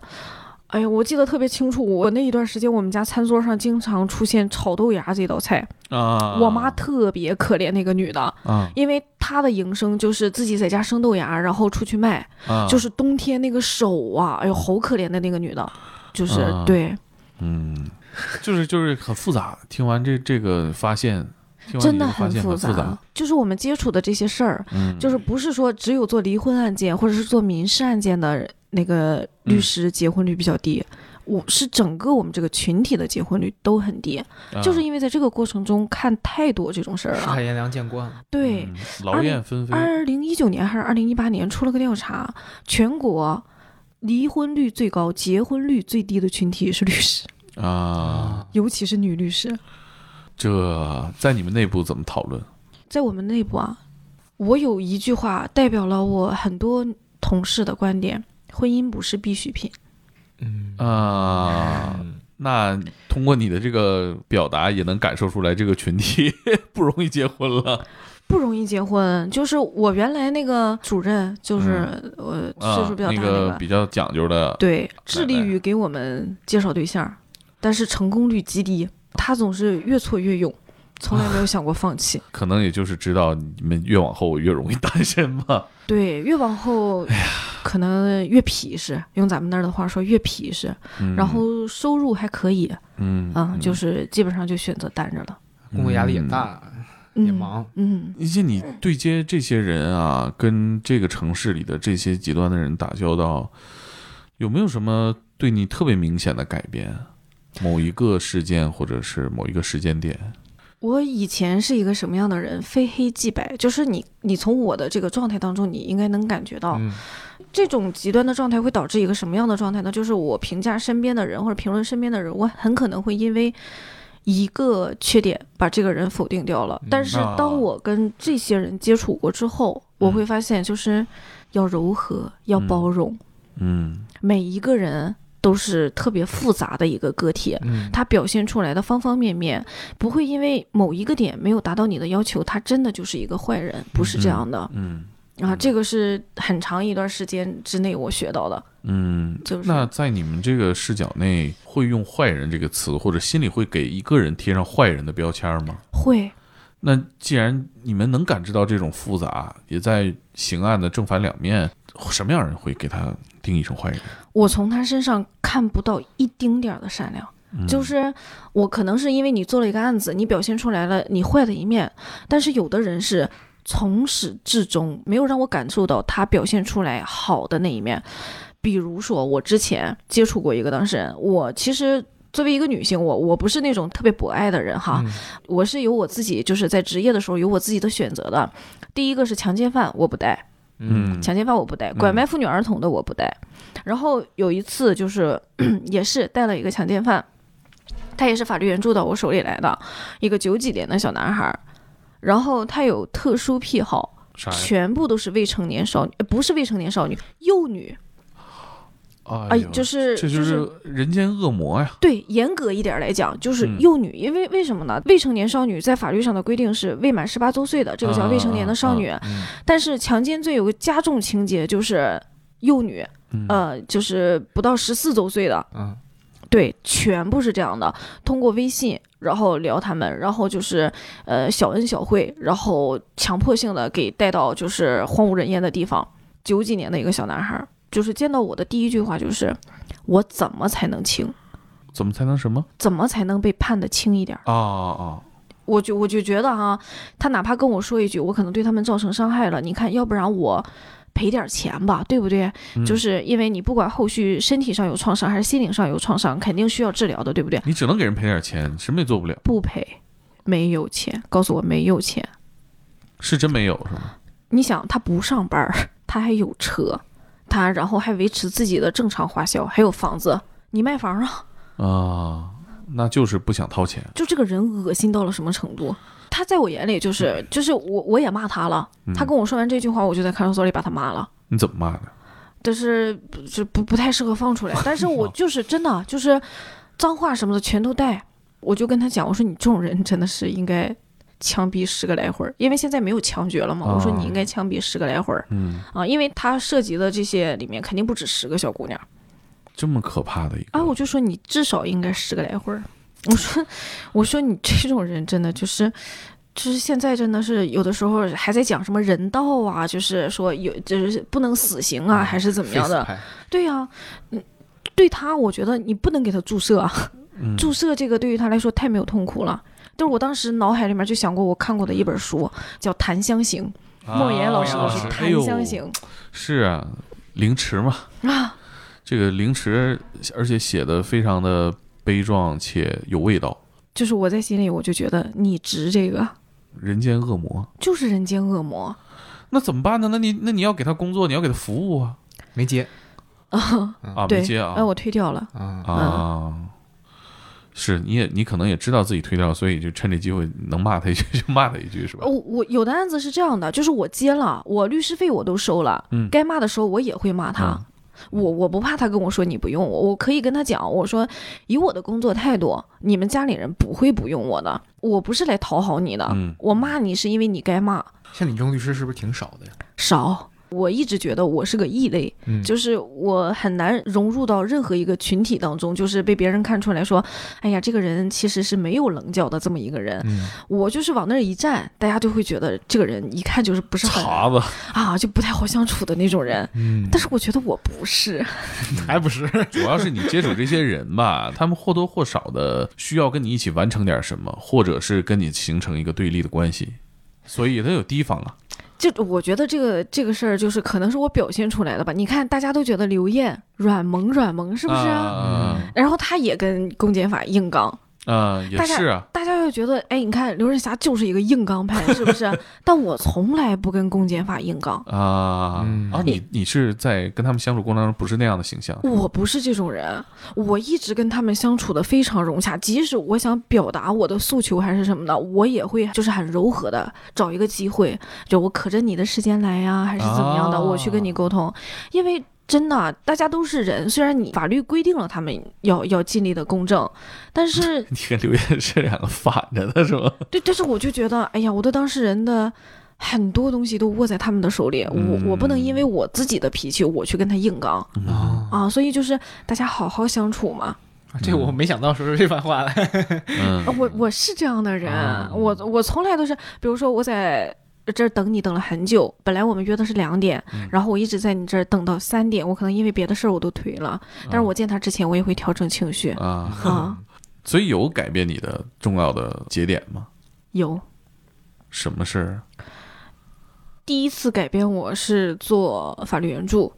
[SPEAKER 3] 哎呀，我记得特别清楚，我那一段时间，我们家餐桌上经常出现炒豆芽这道菜。
[SPEAKER 2] 啊，
[SPEAKER 3] 我妈特别可怜那个女的，
[SPEAKER 2] 啊
[SPEAKER 3] 因为她的营生就是自己在家生豆芽，然后出去卖。
[SPEAKER 2] 啊，
[SPEAKER 3] 就是冬天那个手啊，哎呦，好可怜的那个女的，就是、
[SPEAKER 2] 啊
[SPEAKER 3] 对，
[SPEAKER 2] 嗯，就是就是很复杂。听完这这个发现，听完
[SPEAKER 3] 真的
[SPEAKER 2] 你这个发
[SPEAKER 3] 很
[SPEAKER 2] 现
[SPEAKER 3] 复
[SPEAKER 2] 很
[SPEAKER 3] 杂。
[SPEAKER 2] 复杂。
[SPEAKER 3] 就是我们接触的这些事儿，
[SPEAKER 2] 嗯，
[SPEAKER 3] 就是不是说只有做离婚案件或者是做民事案件的那个
[SPEAKER 2] 嗯
[SPEAKER 3] 律师结婚率比较低。我是整个我们这个群体的结婚率都很
[SPEAKER 2] 啊
[SPEAKER 3] 低，就是因为在这个过程中看太多这种事儿
[SPEAKER 6] 世
[SPEAKER 3] 了
[SPEAKER 6] 态。炎凉见惯了，
[SPEAKER 3] 对，
[SPEAKER 2] 啊嗯劳燕分飞。
[SPEAKER 3] 二零一九年还是二零一八年出了个调查，全国离婚率最高、结婚率最低的群体是律师，
[SPEAKER 2] 啊，
[SPEAKER 3] 尤其是女律师。
[SPEAKER 2] 这在你们内部怎么讨论？
[SPEAKER 3] 在我们内部啊，我有一句话代表了我很多同事的观点：婚姻不是必需品。
[SPEAKER 6] 嗯，
[SPEAKER 2] 啊，那通过你的这个表达，也能感受出来这个群体 不容易结婚了。
[SPEAKER 3] 不容易结婚，就是我原来那个主任，就是我
[SPEAKER 2] 啊
[SPEAKER 3] 岁数比较大
[SPEAKER 2] 那
[SPEAKER 3] 个，
[SPEAKER 2] 个比较讲究的，
[SPEAKER 3] 对，致力于给我们介绍对象，但是成功率极低。他总是越挫越勇，从来没有想过放弃。
[SPEAKER 2] 可能也就是知道你们越往后越容易单身吧。
[SPEAKER 3] 对，越往后，
[SPEAKER 2] 哎
[SPEAKER 3] 可能越皮实，用咱们那儿的话说，越皮实。
[SPEAKER 2] 嗯
[SPEAKER 3] 然后收入还可以，
[SPEAKER 2] 嗯
[SPEAKER 3] 啊，就是基本上就选择单着了。
[SPEAKER 6] 工作压力也大，也
[SPEAKER 3] 嗯，
[SPEAKER 6] 忙，
[SPEAKER 3] 嗯，
[SPEAKER 2] 而且你对接这些人啊，跟这个城市里的这些极端的人打交道，有没有什么对你特别明显的改变？某一个事件或者是某一个时间点？
[SPEAKER 3] 我以前是一个什么样的人？非黑即白，就是你，你从我的这个状态当中，你应该能感觉到，
[SPEAKER 6] 嗯
[SPEAKER 3] 这种极端的状态会导致一个什么样的状态呢？就是我评价身边的人或者评论身边的人，我很可能会因为。一个缺点把这个人否定掉了，但
[SPEAKER 2] 嗯
[SPEAKER 3] 是
[SPEAKER 2] 那嗯
[SPEAKER 3] 当我跟这些人接触过之后，我会发现就是要柔和，要包容，
[SPEAKER 2] 嗯
[SPEAKER 3] 每一个人都是特别复杂的一个个体，
[SPEAKER 6] 嗯，
[SPEAKER 3] 他表现出来的方方面面，不会因为某一个点没有达到你的要求，他真的就是一个坏人，不是这样的、
[SPEAKER 2] 嗯
[SPEAKER 3] 啊。这个是很长一段时间之内我学到的，
[SPEAKER 2] 嗯。
[SPEAKER 3] 就是
[SPEAKER 2] 那在你们这个视角内，会用“坏人”这个词，或者心里会给一个人贴上坏人的标签吗？
[SPEAKER 3] 会
[SPEAKER 2] 那既然你们能感知到这种复杂，也在刑案的正反两面，什么样人会给他定义成坏人？
[SPEAKER 3] 我从他身上看不到一丁点儿的善良。
[SPEAKER 2] 嗯
[SPEAKER 3] 就是我可能是因为你做了一个案子，你表现出来了你坏的一面，但是有的人是从始至终没有让我感受到他表现出来好的那一面。比如说，我之前接触过一个当事人，我其实。作为一个女性，我我不是那种特别博爱的人哈，
[SPEAKER 2] 嗯
[SPEAKER 3] 我是有我自己就是在职业的时候有我自己的选择的。第一个是强奸犯，我不带，
[SPEAKER 2] 嗯
[SPEAKER 3] 强奸犯我不带，拐卖妇女儿童的我不带。然后有一次就是 也是带了一个强奸犯，他也是法律援助到我手里来的，一个九几年的小男孩儿，然后他有特殊癖好，
[SPEAKER 2] 啥呀？
[SPEAKER 3] 全部都是未成年少女，呃不是未成年少女，幼女啊、
[SPEAKER 2] 哎呦
[SPEAKER 3] 就是
[SPEAKER 2] 这就
[SPEAKER 3] 就是
[SPEAKER 2] 是人间恶魔呀！
[SPEAKER 3] 对，严格一点儿来讲，就是
[SPEAKER 2] 嗯
[SPEAKER 3] 幼女，因为为什么呢？未成年少女在法律上的规定是未满十八周岁的，这个叫未成年的少女。
[SPEAKER 2] 啊啊啊
[SPEAKER 3] 但是强奸罪有个加重情节，就是幼女，
[SPEAKER 2] 嗯
[SPEAKER 3] 呃，就是不到十四周岁的，
[SPEAKER 6] 嗯，
[SPEAKER 3] 对，全部是这样的，通过微信。然后聊他们，然后就是，呃，小恩小惠，然后强迫性的给带到就是荒无人烟的地方。九几年的一个小男孩儿，就是见到我的第一句话就是，我怎么才能轻？
[SPEAKER 2] 怎么才能什么？
[SPEAKER 3] 怎么才能被判的轻一点儿？
[SPEAKER 2] 啊啊
[SPEAKER 3] 我就我就觉得哈、他哪怕跟我说一句，我可能对他们造成伤害了，你看，要不然我赔点钱吧，对不对？就是因为你不管后续身体上有创伤还是心灵上有创伤，肯定需要治疗的，对不对？
[SPEAKER 2] 你只能给人赔点钱，什么也做不了，
[SPEAKER 3] 不赔，没有钱，告诉我没有钱。
[SPEAKER 2] 是真没有是吗？
[SPEAKER 3] 你想，他不上班儿， 他还有车，他然后还维持自己的正常花销，还有房子，你卖房啊？
[SPEAKER 2] 啊，那就是不想掏钱。
[SPEAKER 3] 就这个人恶心到了什么程度？他在我眼里就是就是我我也骂他了，他跟我说完这句话，我就在看守所里把他骂了。
[SPEAKER 2] 你怎么骂的？
[SPEAKER 3] 但是不是不不太适合放出来，但是我就是真的啊就是脏话什么的全都带，我就跟他讲，我说你这种人真的是应该枪毙十个来回儿，因为现在没有枪决了嘛，我说你应该枪毙十个来回儿
[SPEAKER 2] 嗯，
[SPEAKER 3] 啊，因为他涉及的这些里面肯定不止十个小姑娘。
[SPEAKER 2] 这么可怕的一个
[SPEAKER 3] 啊，我就说你至少应该十个来回儿。我说， 我说你这种人真的就是，就是现在真的是有的时候还在讲什么人道啊，就是说有就是不能死刑啊，还是怎
[SPEAKER 6] 嗯
[SPEAKER 3] 么样的？
[SPEAKER 6] 哎
[SPEAKER 3] 对呀、嗯，对他我觉得你不能给他注射，啊，
[SPEAKER 2] 嗯
[SPEAKER 3] 注射这个对于他来说太没有痛苦了。但是我当时脑海里面就想过，我看过的一本书叫《檀香刑》，莫言老师
[SPEAKER 2] 啊
[SPEAKER 3] 老师《
[SPEAKER 2] 哎呦
[SPEAKER 3] 檀香刑
[SPEAKER 2] 是啊，凌迟嘛，》
[SPEAKER 3] 啊，
[SPEAKER 2] 这个凌迟，而且写的非常的悲壮且有味道，
[SPEAKER 3] 就是我在心里我就觉得你值这个，
[SPEAKER 2] 人间恶魔。
[SPEAKER 3] 就是人间恶魔。
[SPEAKER 2] 那怎么办呢？那你那你要给他工作，你要给他服务啊
[SPEAKER 6] 没接
[SPEAKER 2] 啊！
[SPEAKER 3] 对，
[SPEAKER 2] 没接啊
[SPEAKER 3] 哎，我推掉了。
[SPEAKER 6] 啊，
[SPEAKER 2] 啊！是，你也你可能也知道自己推掉，所以就趁这机会能骂他一句 就骂他一句是吧
[SPEAKER 3] 我？我有的案子是这样的，就是我接了，我律师费我都收了，
[SPEAKER 2] 嗯
[SPEAKER 3] 该骂的时候我也会骂他。
[SPEAKER 2] 嗯
[SPEAKER 3] 我我不怕他跟我说你不用我，我可以跟他讲，我说以我的工作态度，你们家里人不会不用我的，我不是来讨好你的，
[SPEAKER 2] 嗯
[SPEAKER 3] 我骂你是因为你该骂
[SPEAKER 6] 像你这种律师是不是挺少的呀？
[SPEAKER 3] 少。我一直觉得我是个异类，
[SPEAKER 6] 嗯
[SPEAKER 3] 就是我很难融入到任何一个群体当中，就是被别人看出来说，哎呀，这个人其实是没有棱角的这么一个人。
[SPEAKER 6] 嗯
[SPEAKER 3] 我就是往那儿一站，大家就会觉得这个人一看就是不是很
[SPEAKER 2] 茬子，
[SPEAKER 3] 啊，就不太好相处的那种人。
[SPEAKER 6] 嗯，
[SPEAKER 3] 但是我觉得我不是，
[SPEAKER 6] 还不是，
[SPEAKER 2] 主要是你接触这些人吧，他们或多或少的需要跟你一起完成点什么，或者是跟你形成一个对立的关系，所以他有提防啊。
[SPEAKER 3] 就我觉得这个这个事儿就是可能是我表现出来的吧。你看，大家都觉得刘烨软萌软萌，是不是啊？
[SPEAKER 2] 啊
[SPEAKER 3] 然后他也跟公检法硬刚，
[SPEAKER 2] 啊，也
[SPEAKER 3] 大家
[SPEAKER 2] 是啊，
[SPEAKER 3] 大家又就觉得，哎，你看刘振霞就是一个硬刚派， 是不是？但我从来不跟公检法硬刚，
[SPEAKER 2] 啊
[SPEAKER 6] 嗯
[SPEAKER 2] 啊！你你是在跟他们相处过程当中不是那样的形象，
[SPEAKER 3] 我不是这种人，我一直跟他们相处的非常融洽，即使我想表达我的诉求还是什么的，我也会就是很柔和的找一个机会，就我可着你的时间来呀、还是怎么样的，
[SPEAKER 2] 啊
[SPEAKER 3] 我去跟你沟通，因为。真的，大家都是人。虽然你法律规定了他们要要尽力的公正，但是
[SPEAKER 2] 你跟刘烨是两个反着的是 吗？
[SPEAKER 3] 对，但是我就觉得，哎呀，我的当事人的很多东西都握在他们的手里，我我不能因为我自己的脾气，我去跟他硬刚
[SPEAKER 6] 啊，
[SPEAKER 3] 啊。所以就是大家好好相处嘛。
[SPEAKER 6] 这我没想到说出这番话来。
[SPEAKER 2] 嗯
[SPEAKER 3] 啊我我是这样的人，我我从来都是，比如说我在。这儿等你等了很久，本来我们约的是两点，然后我一直在你这儿等到三点，我可能因为别的事儿我都推了，但是我见他之前我也会调整情绪
[SPEAKER 2] 啊，
[SPEAKER 6] 嗯
[SPEAKER 3] 啊，
[SPEAKER 2] 所以有改变你的重要的节点吗？
[SPEAKER 3] 有。
[SPEAKER 2] 什么事儿
[SPEAKER 3] 第一次改变我是做法律援助，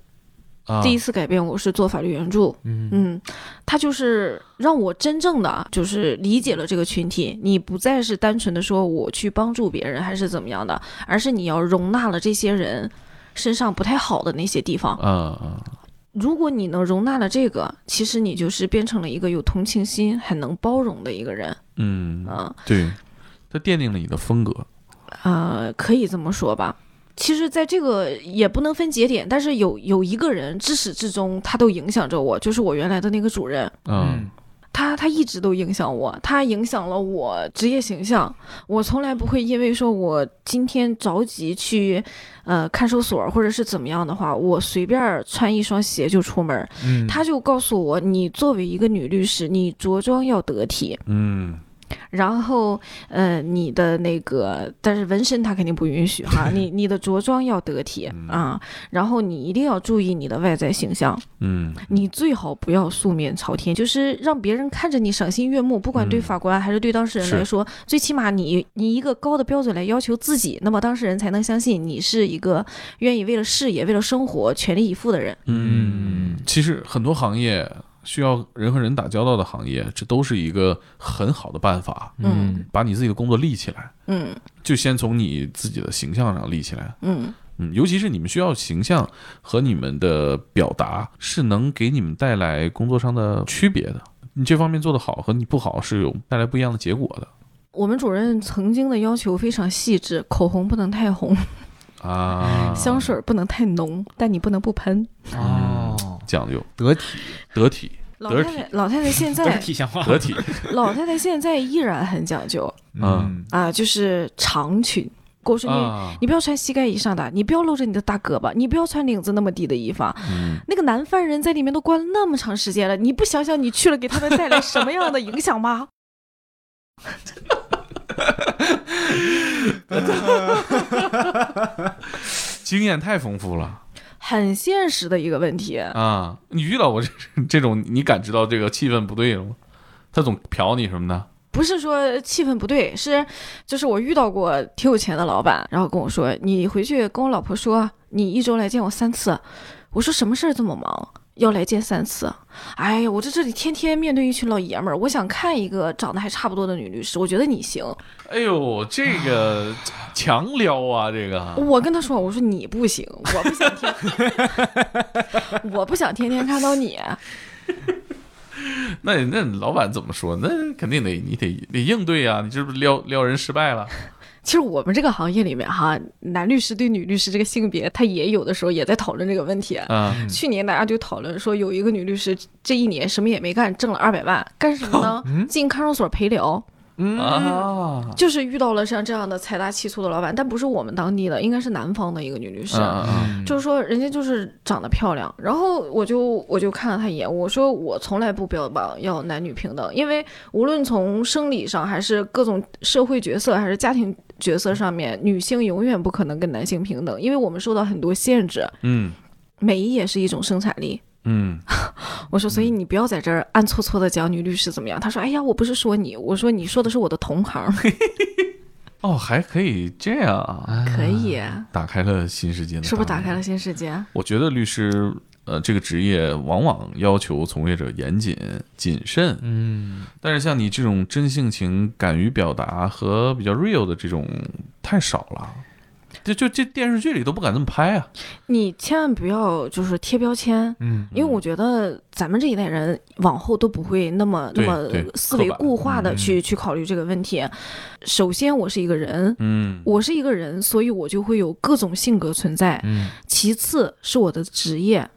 [SPEAKER 2] 啊？
[SPEAKER 3] 第一次改变我是做法律援助，
[SPEAKER 6] 嗯
[SPEAKER 3] 嗯，他就是让我真正的就是理解了这个群体，你不再是单纯的说我去帮助别人还是怎么样的，而是你要容纳了这些人身上不太好的那些地方。
[SPEAKER 2] 啊啊
[SPEAKER 3] 如果你能容纳了这个，其实你就是变成了一个有同情心、很能包容的一个人。
[SPEAKER 2] 嗯，
[SPEAKER 3] 嗯
[SPEAKER 2] 对，它奠定了你的风格。
[SPEAKER 3] 呃，可以这么说吧。其实，在这个也不能分节点，但是有有一个人至始至终他都影响着我，就是我原来的那个主任。
[SPEAKER 2] 嗯，
[SPEAKER 3] 他他一直都影响我，他影响了我职业形象。我从来不会因为说我今天着急去，呃，看守所或者是怎么样的话，我随便穿一双鞋就出门。
[SPEAKER 6] 嗯
[SPEAKER 3] 他就告诉我，你作为一个女律师，你着装要得体，
[SPEAKER 2] 嗯，
[SPEAKER 3] 然后呃，你的那个，但是纹身他肯定不允许哈，你你的着装要得体啊，然后你一定要注意你的外在形象。
[SPEAKER 2] 嗯，
[SPEAKER 3] 你最好不要素面朝天，就是让别人看着你赏心悦目，不管对
[SPEAKER 2] 嗯
[SPEAKER 3] 法官还是对当事人
[SPEAKER 2] 是
[SPEAKER 3] 来说，最起码你你一个高的标准来要求自己，那么当事人才能相信你是一个愿意为了事业、为了生活全力以赴的人。
[SPEAKER 2] 嗯，其实很多行业需要人和人打交道的行业，这都是一个很好的办法，
[SPEAKER 3] 嗯
[SPEAKER 2] 把你自己的工作立起来，
[SPEAKER 3] 嗯
[SPEAKER 2] 就先从你自己的形象上立起来。
[SPEAKER 3] 嗯
[SPEAKER 2] 嗯，尤其是你们需要形象和你们的表达是能给你们带来工作上的区别的。你这方面做得好和你不好是有带来不一样的结果的
[SPEAKER 3] 我们主任曾经的要求非常细致，口红不能太红，
[SPEAKER 2] 啊。
[SPEAKER 3] 香水不能太浓，但你不能不喷。
[SPEAKER 6] 哦，
[SPEAKER 2] 讲究
[SPEAKER 6] 得体，
[SPEAKER 2] 得体，
[SPEAKER 3] 老
[SPEAKER 2] 得
[SPEAKER 3] 太
[SPEAKER 2] 体
[SPEAKER 3] 太，老太太现
[SPEAKER 6] 得
[SPEAKER 3] 在，
[SPEAKER 6] 体像话。
[SPEAKER 2] 得体，
[SPEAKER 3] 老太太现在依然很讲究
[SPEAKER 2] 嗯
[SPEAKER 3] 啊，就是长裙。我说你
[SPEAKER 2] 啊，
[SPEAKER 3] 你不要穿膝盖以上的，你不要露着你的大胳膊，你不要穿领子那么低的衣服。
[SPEAKER 2] 嗯
[SPEAKER 3] 那个男犯人在里面都关了那么长时间了，你不想想你去了给他们带来什么样的影响吗？
[SPEAKER 2] 经验太丰富了
[SPEAKER 3] 很现实的一个问题。
[SPEAKER 2] 啊！你遇到过这这种，你感知到这个气氛不对了吗？他总瞟你什么的，
[SPEAKER 3] 不是说气氛不对，是就是我遇到过挺有钱的老板，然后跟我说，你回去跟我老婆说，你一周来见我三次。我说什么事儿这么忙，要来见三次？哎呀，我这这里天天面对一群老爷们儿，我想看一个长得还差不多的女律师，我觉得你行。
[SPEAKER 2] 哎呦，这个强撩啊，这个
[SPEAKER 3] 我跟他说，我说你不行，我不想天， 我不想天天看到你。
[SPEAKER 2] 那那老板怎么说？那肯定得你得得应对啊！你这不是撩撩人失败了？
[SPEAKER 3] 其实我们这个行业里面哈，男律师对女律师这个性别，他也有的时候也在讨论这个问题。
[SPEAKER 2] 啊，
[SPEAKER 3] 去年大家就讨论说，有一个女律师这一年什么也没干，挣了二百万，干什么呢？进看守所陪聊，
[SPEAKER 2] 哦嗯啊
[SPEAKER 3] 就是遇到了像这样的财大气粗的老板，但不是我们当地的，应该是南方的一个女律师。
[SPEAKER 2] 啊
[SPEAKER 3] 就是说人家就是长得漂亮，然后我就我就看了她一眼，我说我从来不标榜要男女平等，因为无论从生理上还是各种社会角色还是家庭角色上面，女性永远不可能跟男性平等，因为我们受到很多限制，
[SPEAKER 2] 嗯
[SPEAKER 3] 美也是一种生产力。
[SPEAKER 2] 嗯
[SPEAKER 3] 我说，所以你不要在这儿暗搓搓的讲女律师怎么样。她说，哎呀，我不是说你，我说你说的是我的同行。
[SPEAKER 2] 哦，还可以这样啊！
[SPEAKER 3] 可以，
[SPEAKER 2] 打开了新世界的，
[SPEAKER 3] 是不是打开？了新世界？啊
[SPEAKER 2] 我觉得律师，呃，这个职业往往要求从业者严谨、谨慎，
[SPEAKER 6] 嗯，
[SPEAKER 2] 但是像你这种真性情、敢于表达和比较 real 的这种太少了。就就这电视剧里都不敢这么拍啊！
[SPEAKER 3] 你千万不要就是贴标签，
[SPEAKER 6] 嗯，
[SPEAKER 3] 因为我觉得咱们这一代人往后都不会那么那
[SPEAKER 2] 对
[SPEAKER 3] 么
[SPEAKER 2] 对
[SPEAKER 3] 思维
[SPEAKER 2] 刻板
[SPEAKER 3] 固化的去去考虑这个问题。首先，我是一个人，
[SPEAKER 2] 嗯，
[SPEAKER 3] 我是一个人，所以我就会有各种性格存在。
[SPEAKER 6] 嗯
[SPEAKER 3] 其次是我的职业。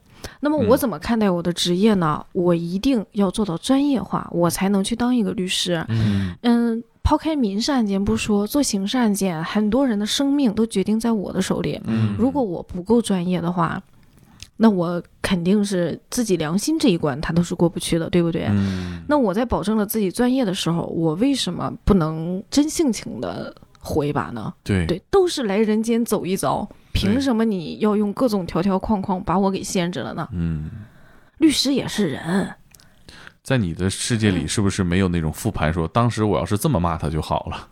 [SPEAKER 3] 那么我
[SPEAKER 2] 嗯
[SPEAKER 3] 怎么看待我的职业呢？我一定要做到专业化，我才能去当一个律师。
[SPEAKER 6] 嗯
[SPEAKER 3] 嗯，抛开民事案件不说，做刑事案件，很多人的生命都决定在我的手里。
[SPEAKER 2] 嗯
[SPEAKER 3] 如果我不够专业的话，那我肯定是自己良心这一关他都是过不去的，对不对？
[SPEAKER 2] 嗯，
[SPEAKER 3] 那我在保证了自己专业的时候，我为什么不能真性情的活一把呢？
[SPEAKER 2] 对
[SPEAKER 3] 对，都是来人间走一遭，凭
[SPEAKER 2] 对
[SPEAKER 3] 什么你要用各种条条框框把我给限制了呢？
[SPEAKER 2] 嗯，
[SPEAKER 3] 律师也是人，
[SPEAKER 2] 在你的世界里，是不是没有那种复盘说，当时我要是这么骂他就好了，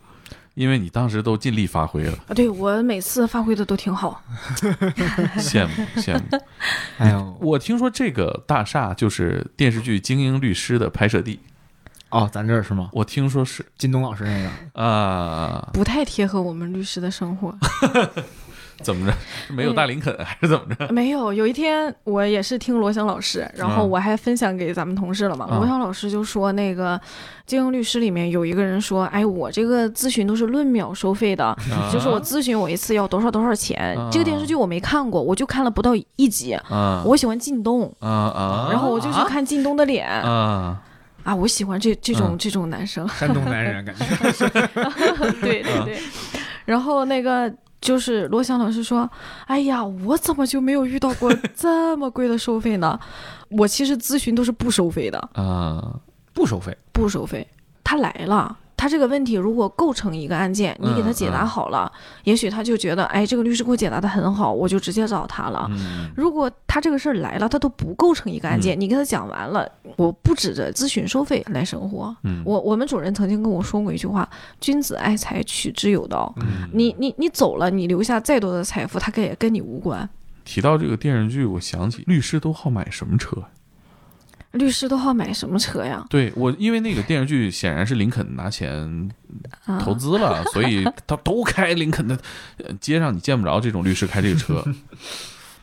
[SPEAKER 2] 因为你当时都尽力发挥了，
[SPEAKER 3] 啊，对我每次发挥的都挺
[SPEAKER 2] 啊
[SPEAKER 3] 好，
[SPEAKER 2] 羡慕羡慕。
[SPEAKER 6] 哎呦，
[SPEAKER 2] 我听说这个大厦就是电视剧《精英律师》的拍摄地，
[SPEAKER 6] 哦，咱这儿是吗？
[SPEAKER 2] 我听说是
[SPEAKER 6] 靳东老师那个，
[SPEAKER 2] 啊、
[SPEAKER 3] 不太贴合我们律师的生活。
[SPEAKER 2] 怎么着？没有大林肯还是怎么 着？
[SPEAKER 3] 没有，有一天我也是听罗翔老师，然后我还分享给咱们同事了嘛。
[SPEAKER 2] 嗯
[SPEAKER 3] 罗翔老师就说，那个《金庸律师》里面有一个人说：“哎，我这个咨询都是论秒收费的，就是我咨询我一次要多少多少钱。
[SPEAKER 2] 啊
[SPEAKER 3] 这个电视剧我没看过，我就看了不到一集。
[SPEAKER 2] 啊
[SPEAKER 3] 我喜欢靳东，
[SPEAKER 2] 啊啊！
[SPEAKER 3] 然后我就去看靳东的脸啊
[SPEAKER 2] 啊，
[SPEAKER 3] 我喜欢这这种、
[SPEAKER 2] 嗯
[SPEAKER 3] 这种男生。
[SPEAKER 6] 山东男人感觉，
[SPEAKER 3] 对对对，然后那个。就是罗翔老师说：“哎呀，我怎么就没有遇到过这么贵的收费呢？我其实咨询都是不收费的，
[SPEAKER 2] 啊，
[SPEAKER 6] 不收费，
[SPEAKER 3] 不收费。他来了，他这个问题如果构成一个案件，你
[SPEAKER 2] 嗯
[SPEAKER 3] 给他解答好了，也许他就觉得，哎，这个律师给我解答的很好，我就直接找他了。
[SPEAKER 2] 嗯
[SPEAKER 3] 如果他这个事儿来了，他都不构成一个案件，你给他讲完了，我不指着咨询收费来生活。
[SPEAKER 2] 嗯
[SPEAKER 3] 我我们主任曾经跟我说过一句话：“君子爱财，取之有道。
[SPEAKER 2] 嗯
[SPEAKER 3] 你你你走了，你留下再多的财富，它跟也跟你无关。
[SPEAKER 2] 提到这个电视剧，我想起律师都好买什么车？
[SPEAKER 3] 律师都好买什么车呀？
[SPEAKER 2] 对我，因为那个电视剧显然是林肯拿钱
[SPEAKER 3] 啊，
[SPEAKER 2] 投资 了，所以他都开林肯的，呃街上你见不着这种律师开这个车。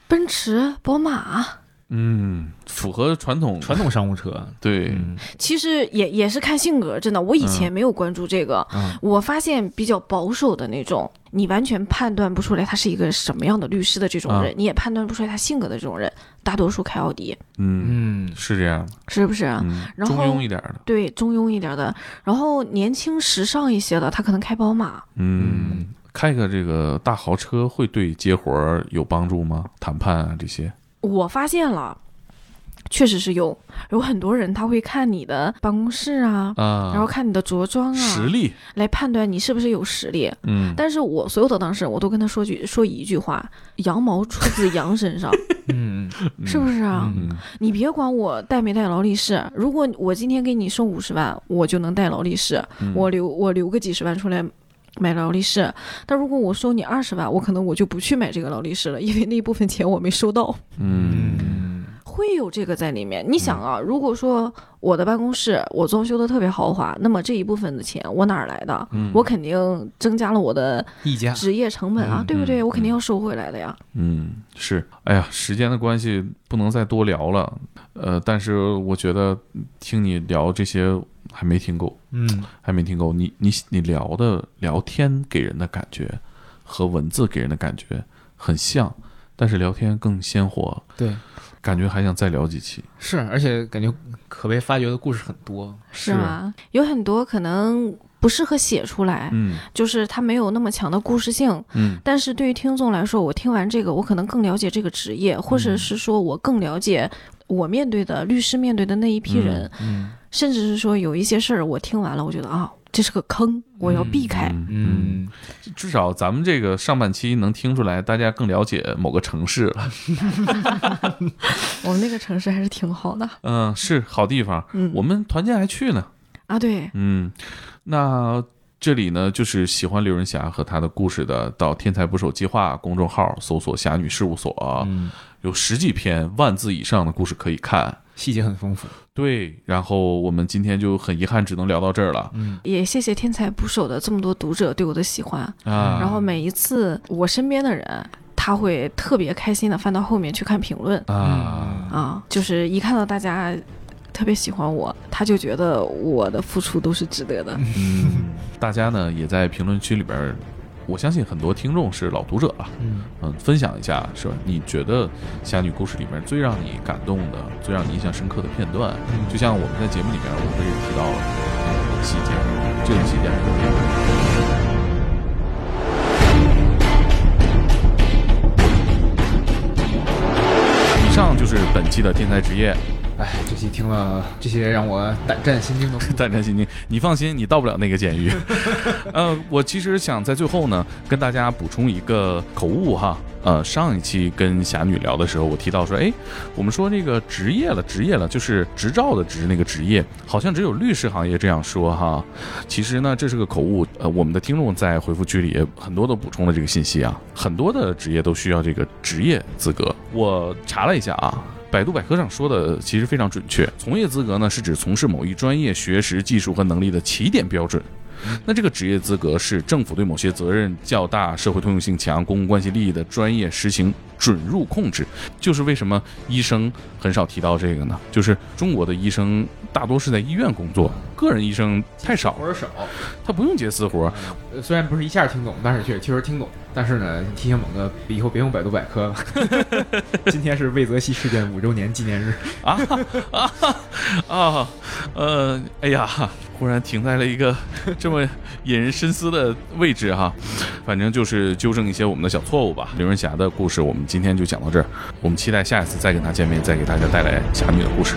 [SPEAKER 3] 奔驰、宝马，
[SPEAKER 2] 嗯，符合传统
[SPEAKER 6] 传统商务车，
[SPEAKER 2] 对，
[SPEAKER 6] 嗯
[SPEAKER 3] 其实也也是看性格，真的。我以
[SPEAKER 2] 嗯
[SPEAKER 3] 前没有关注这个，
[SPEAKER 6] 嗯
[SPEAKER 3] 我发现比较保守的那种，你完全判断不出来他是一个什么样的律师的这种人，你也判断不出来他性格的这种人，大多数开奥迪，
[SPEAKER 2] 嗯，
[SPEAKER 6] 嗯，
[SPEAKER 2] 是这样的，
[SPEAKER 3] 是不是？
[SPEAKER 2] 嗯，
[SPEAKER 3] 然
[SPEAKER 2] 中
[SPEAKER 3] 后
[SPEAKER 2] 庸一点的，
[SPEAKER 3] 对，中庸一点的，然后年轻时尚一些的，他可能开宝马。
[SPEAKER 2] 嗯，开个这个大豪车会对接活儿有帮助吗？谈判啊这些，
[SPEAKER 3] 我发现了，确实是有有很多人他会看你的办公室啊，
[SPEAKER 2] 啊，
[SPEAKER 3] 然后看你的着装
[SPEAKER 2] 实
[SPEAKER 3] 啊，
[SPEAKER 2] 力，
[SPEAKER 3] 来判断你是不是有实力。
[SPEAKER 2] 嗯，
[SPEAKER 3] 但是我所有的当事人，我都跟他说句说一句话：羊毛出自羊身上，
[SPEAKER 6] 嗯，
[SPEAKER 3] 是不是啊？
[SPEAKER 2] 嗯
[SPEAKER 3] 你别管我带没带劳力士，如果我今天给你送五十万，我就能带劳力士，
[SPEAKER 2] 嗯
[SPEAKER 3] 我留我留个几十万出来。买劳力士，但如果我收你二十万，我可能我就不去买这个劳力士了，因为那一部分钱我没收到，
[SPEAKER 2] 嗯
[SPEAKER 3] 会有这个在里面。你想啊，如果说我的办公室我装修的特别豪华，那么这一部分的钱我哪儿来的？
[SPEAKER 2] 嗯
[SPEAKER 3] 我肯定增加了我的
[SPEAKER 6] 溢价，
[SPEAKER 3] 职业成本啊，对不对？我肯定要收回来的呀。
[SPEAKER 2] 嗯，是，哎呀，时间的关系不能再多聊了，呃，但是我觉得听你聊这些还没听够，
[SPEAKER 6] 嗯，
[SPEAKER 2] 还没听够，你你你聊的聊天给人的感觉和文字给人的感觉很像，但是聊天更鲜活，
[SPEAKER 6] 对，
[SPEAKER 2] 感觉还想再聊几期。
[SPEAKER 6] 是，而且感觉可被发掘的故事很多，
[SPEAKER 3] 是吗？有很多可能不适合写出来，
[SPEAKER 2] 嗯
[SPEAKER 3] 就是它没有那么强的故事性。
[SPEAKER 2] 嗯
[SPEAKER 3] 但是对于听众来说，我听完这个，我可能更了解这个职业，或者是说我更了解我面对的律师面对的那一批人，
[SPEAKER 6] 嗯
[SPEAKER 3] 甚至是说有一些事儿，我听完了，我觉得啊，这是个坑，我要避开。
[SPEAKER 2] 嗯嗯，，至少咱们这个上半期能听出来，大家更了解某个城市了。
[SPEAKER 3] 我们那个城市还是挺好的
[SPEAKER 2] 嗯，是好地方，
[SPEAKER 3] 嗯
[SPEAKER 2] 我们团建还去呢。
[SPEAKER 3] 啊，对，
[SPEAKER 2] 嗯，那
[SPEAKER 1] 这里呢，就是喜欢刘仁霞和她的故事的，到“天才捕手计划”公众号搜索“侠女事务所”，
[SPEAKER 2] 嗯，
[SPEAKER 1] 有十几篇万字以上的故事可以看。
[SPEAKER 2] 细节很丰富。
[SPEAKER 1] 对，然后我们今天就很遗憾，只能聊到这儿了
[SPEAKER 2] 嗯，
[SPEAKER 3] 也谢谢天才捕手的这么多读者对我的喜欢，
[SPEAKER 1] 啊。
[SPEAKER 3] 然后每一次我身边的人，他会特别开心的翻到后面去看评论
[SPEAKER 6] 嗯
[SPEAKER 1] 啊，
[SPEAKER 3] 啊，就是一看到大家特别喜欢我，他就觉得我的付出都是值得的。
[SPEAKER 1] 嗯，大家呢也在评论区里边儿，我相信很多听众是老读者了，
[SPEAKER 2] 嗯，
[SPEAKER 1] 嗯，分享一下，是吧？你觉得《侠女故事》里面最让你感动的、最让你印象深刻的片段，就像我们在节目里面，我会提到嗯细节，这种细节还是没有的。以上就是本期的天才职业，
[SPEAKER 2] 哎，这期听
[SPEAKER 6] 听了这些让我胆战心惊的故 事，
[SPEAKER 1] 胆战心惊。你放心，你到不了那个监狱。呃，我其实想在最后呢，跟大家补充一个口误哈。呃，上一期跟侠女聊的时候，我提到说，哎，我们说那个职业了，职业了，就是执照的执那个职业，好像只有律师行业这样说哈。其实呢，这是个口误。呃，我们的听众在回复区里也很多都补充了这个信息啊，很多的职业都需要这个职业资格。我查了一下啊，百度百科上说的其实非常准确，从业资格呢是指从事某一专业学识、技术和能力的起点标准。那这个职业资格是政府对某些责任较大、社会通用性强、公共关系利益的专业实行准入控制。就是为什么医生很少提到这个呢？就是中国的医生大多是在医院工作，个人医生太少
[SPEAKER 6] 活儿少。
[SPEAKER 1] 他不用接私活，
[SPEAKER 6] 呃虽然不是一下听懂，但是确确实听懂。但是呢，提醒猛哥以后别用百度百科了。 今天是魏则西事件五周年纪念日，
[SPEAKER 1] 啊，呃，哎呀，忽然停在了一个 这么引人深思的位置哈。反正就是纠正一些我们的小错误吧。刘润霞的故事，我们今天就讲到这儿。我们期待下一次再跟她见面，再给大家带来侠女的故事。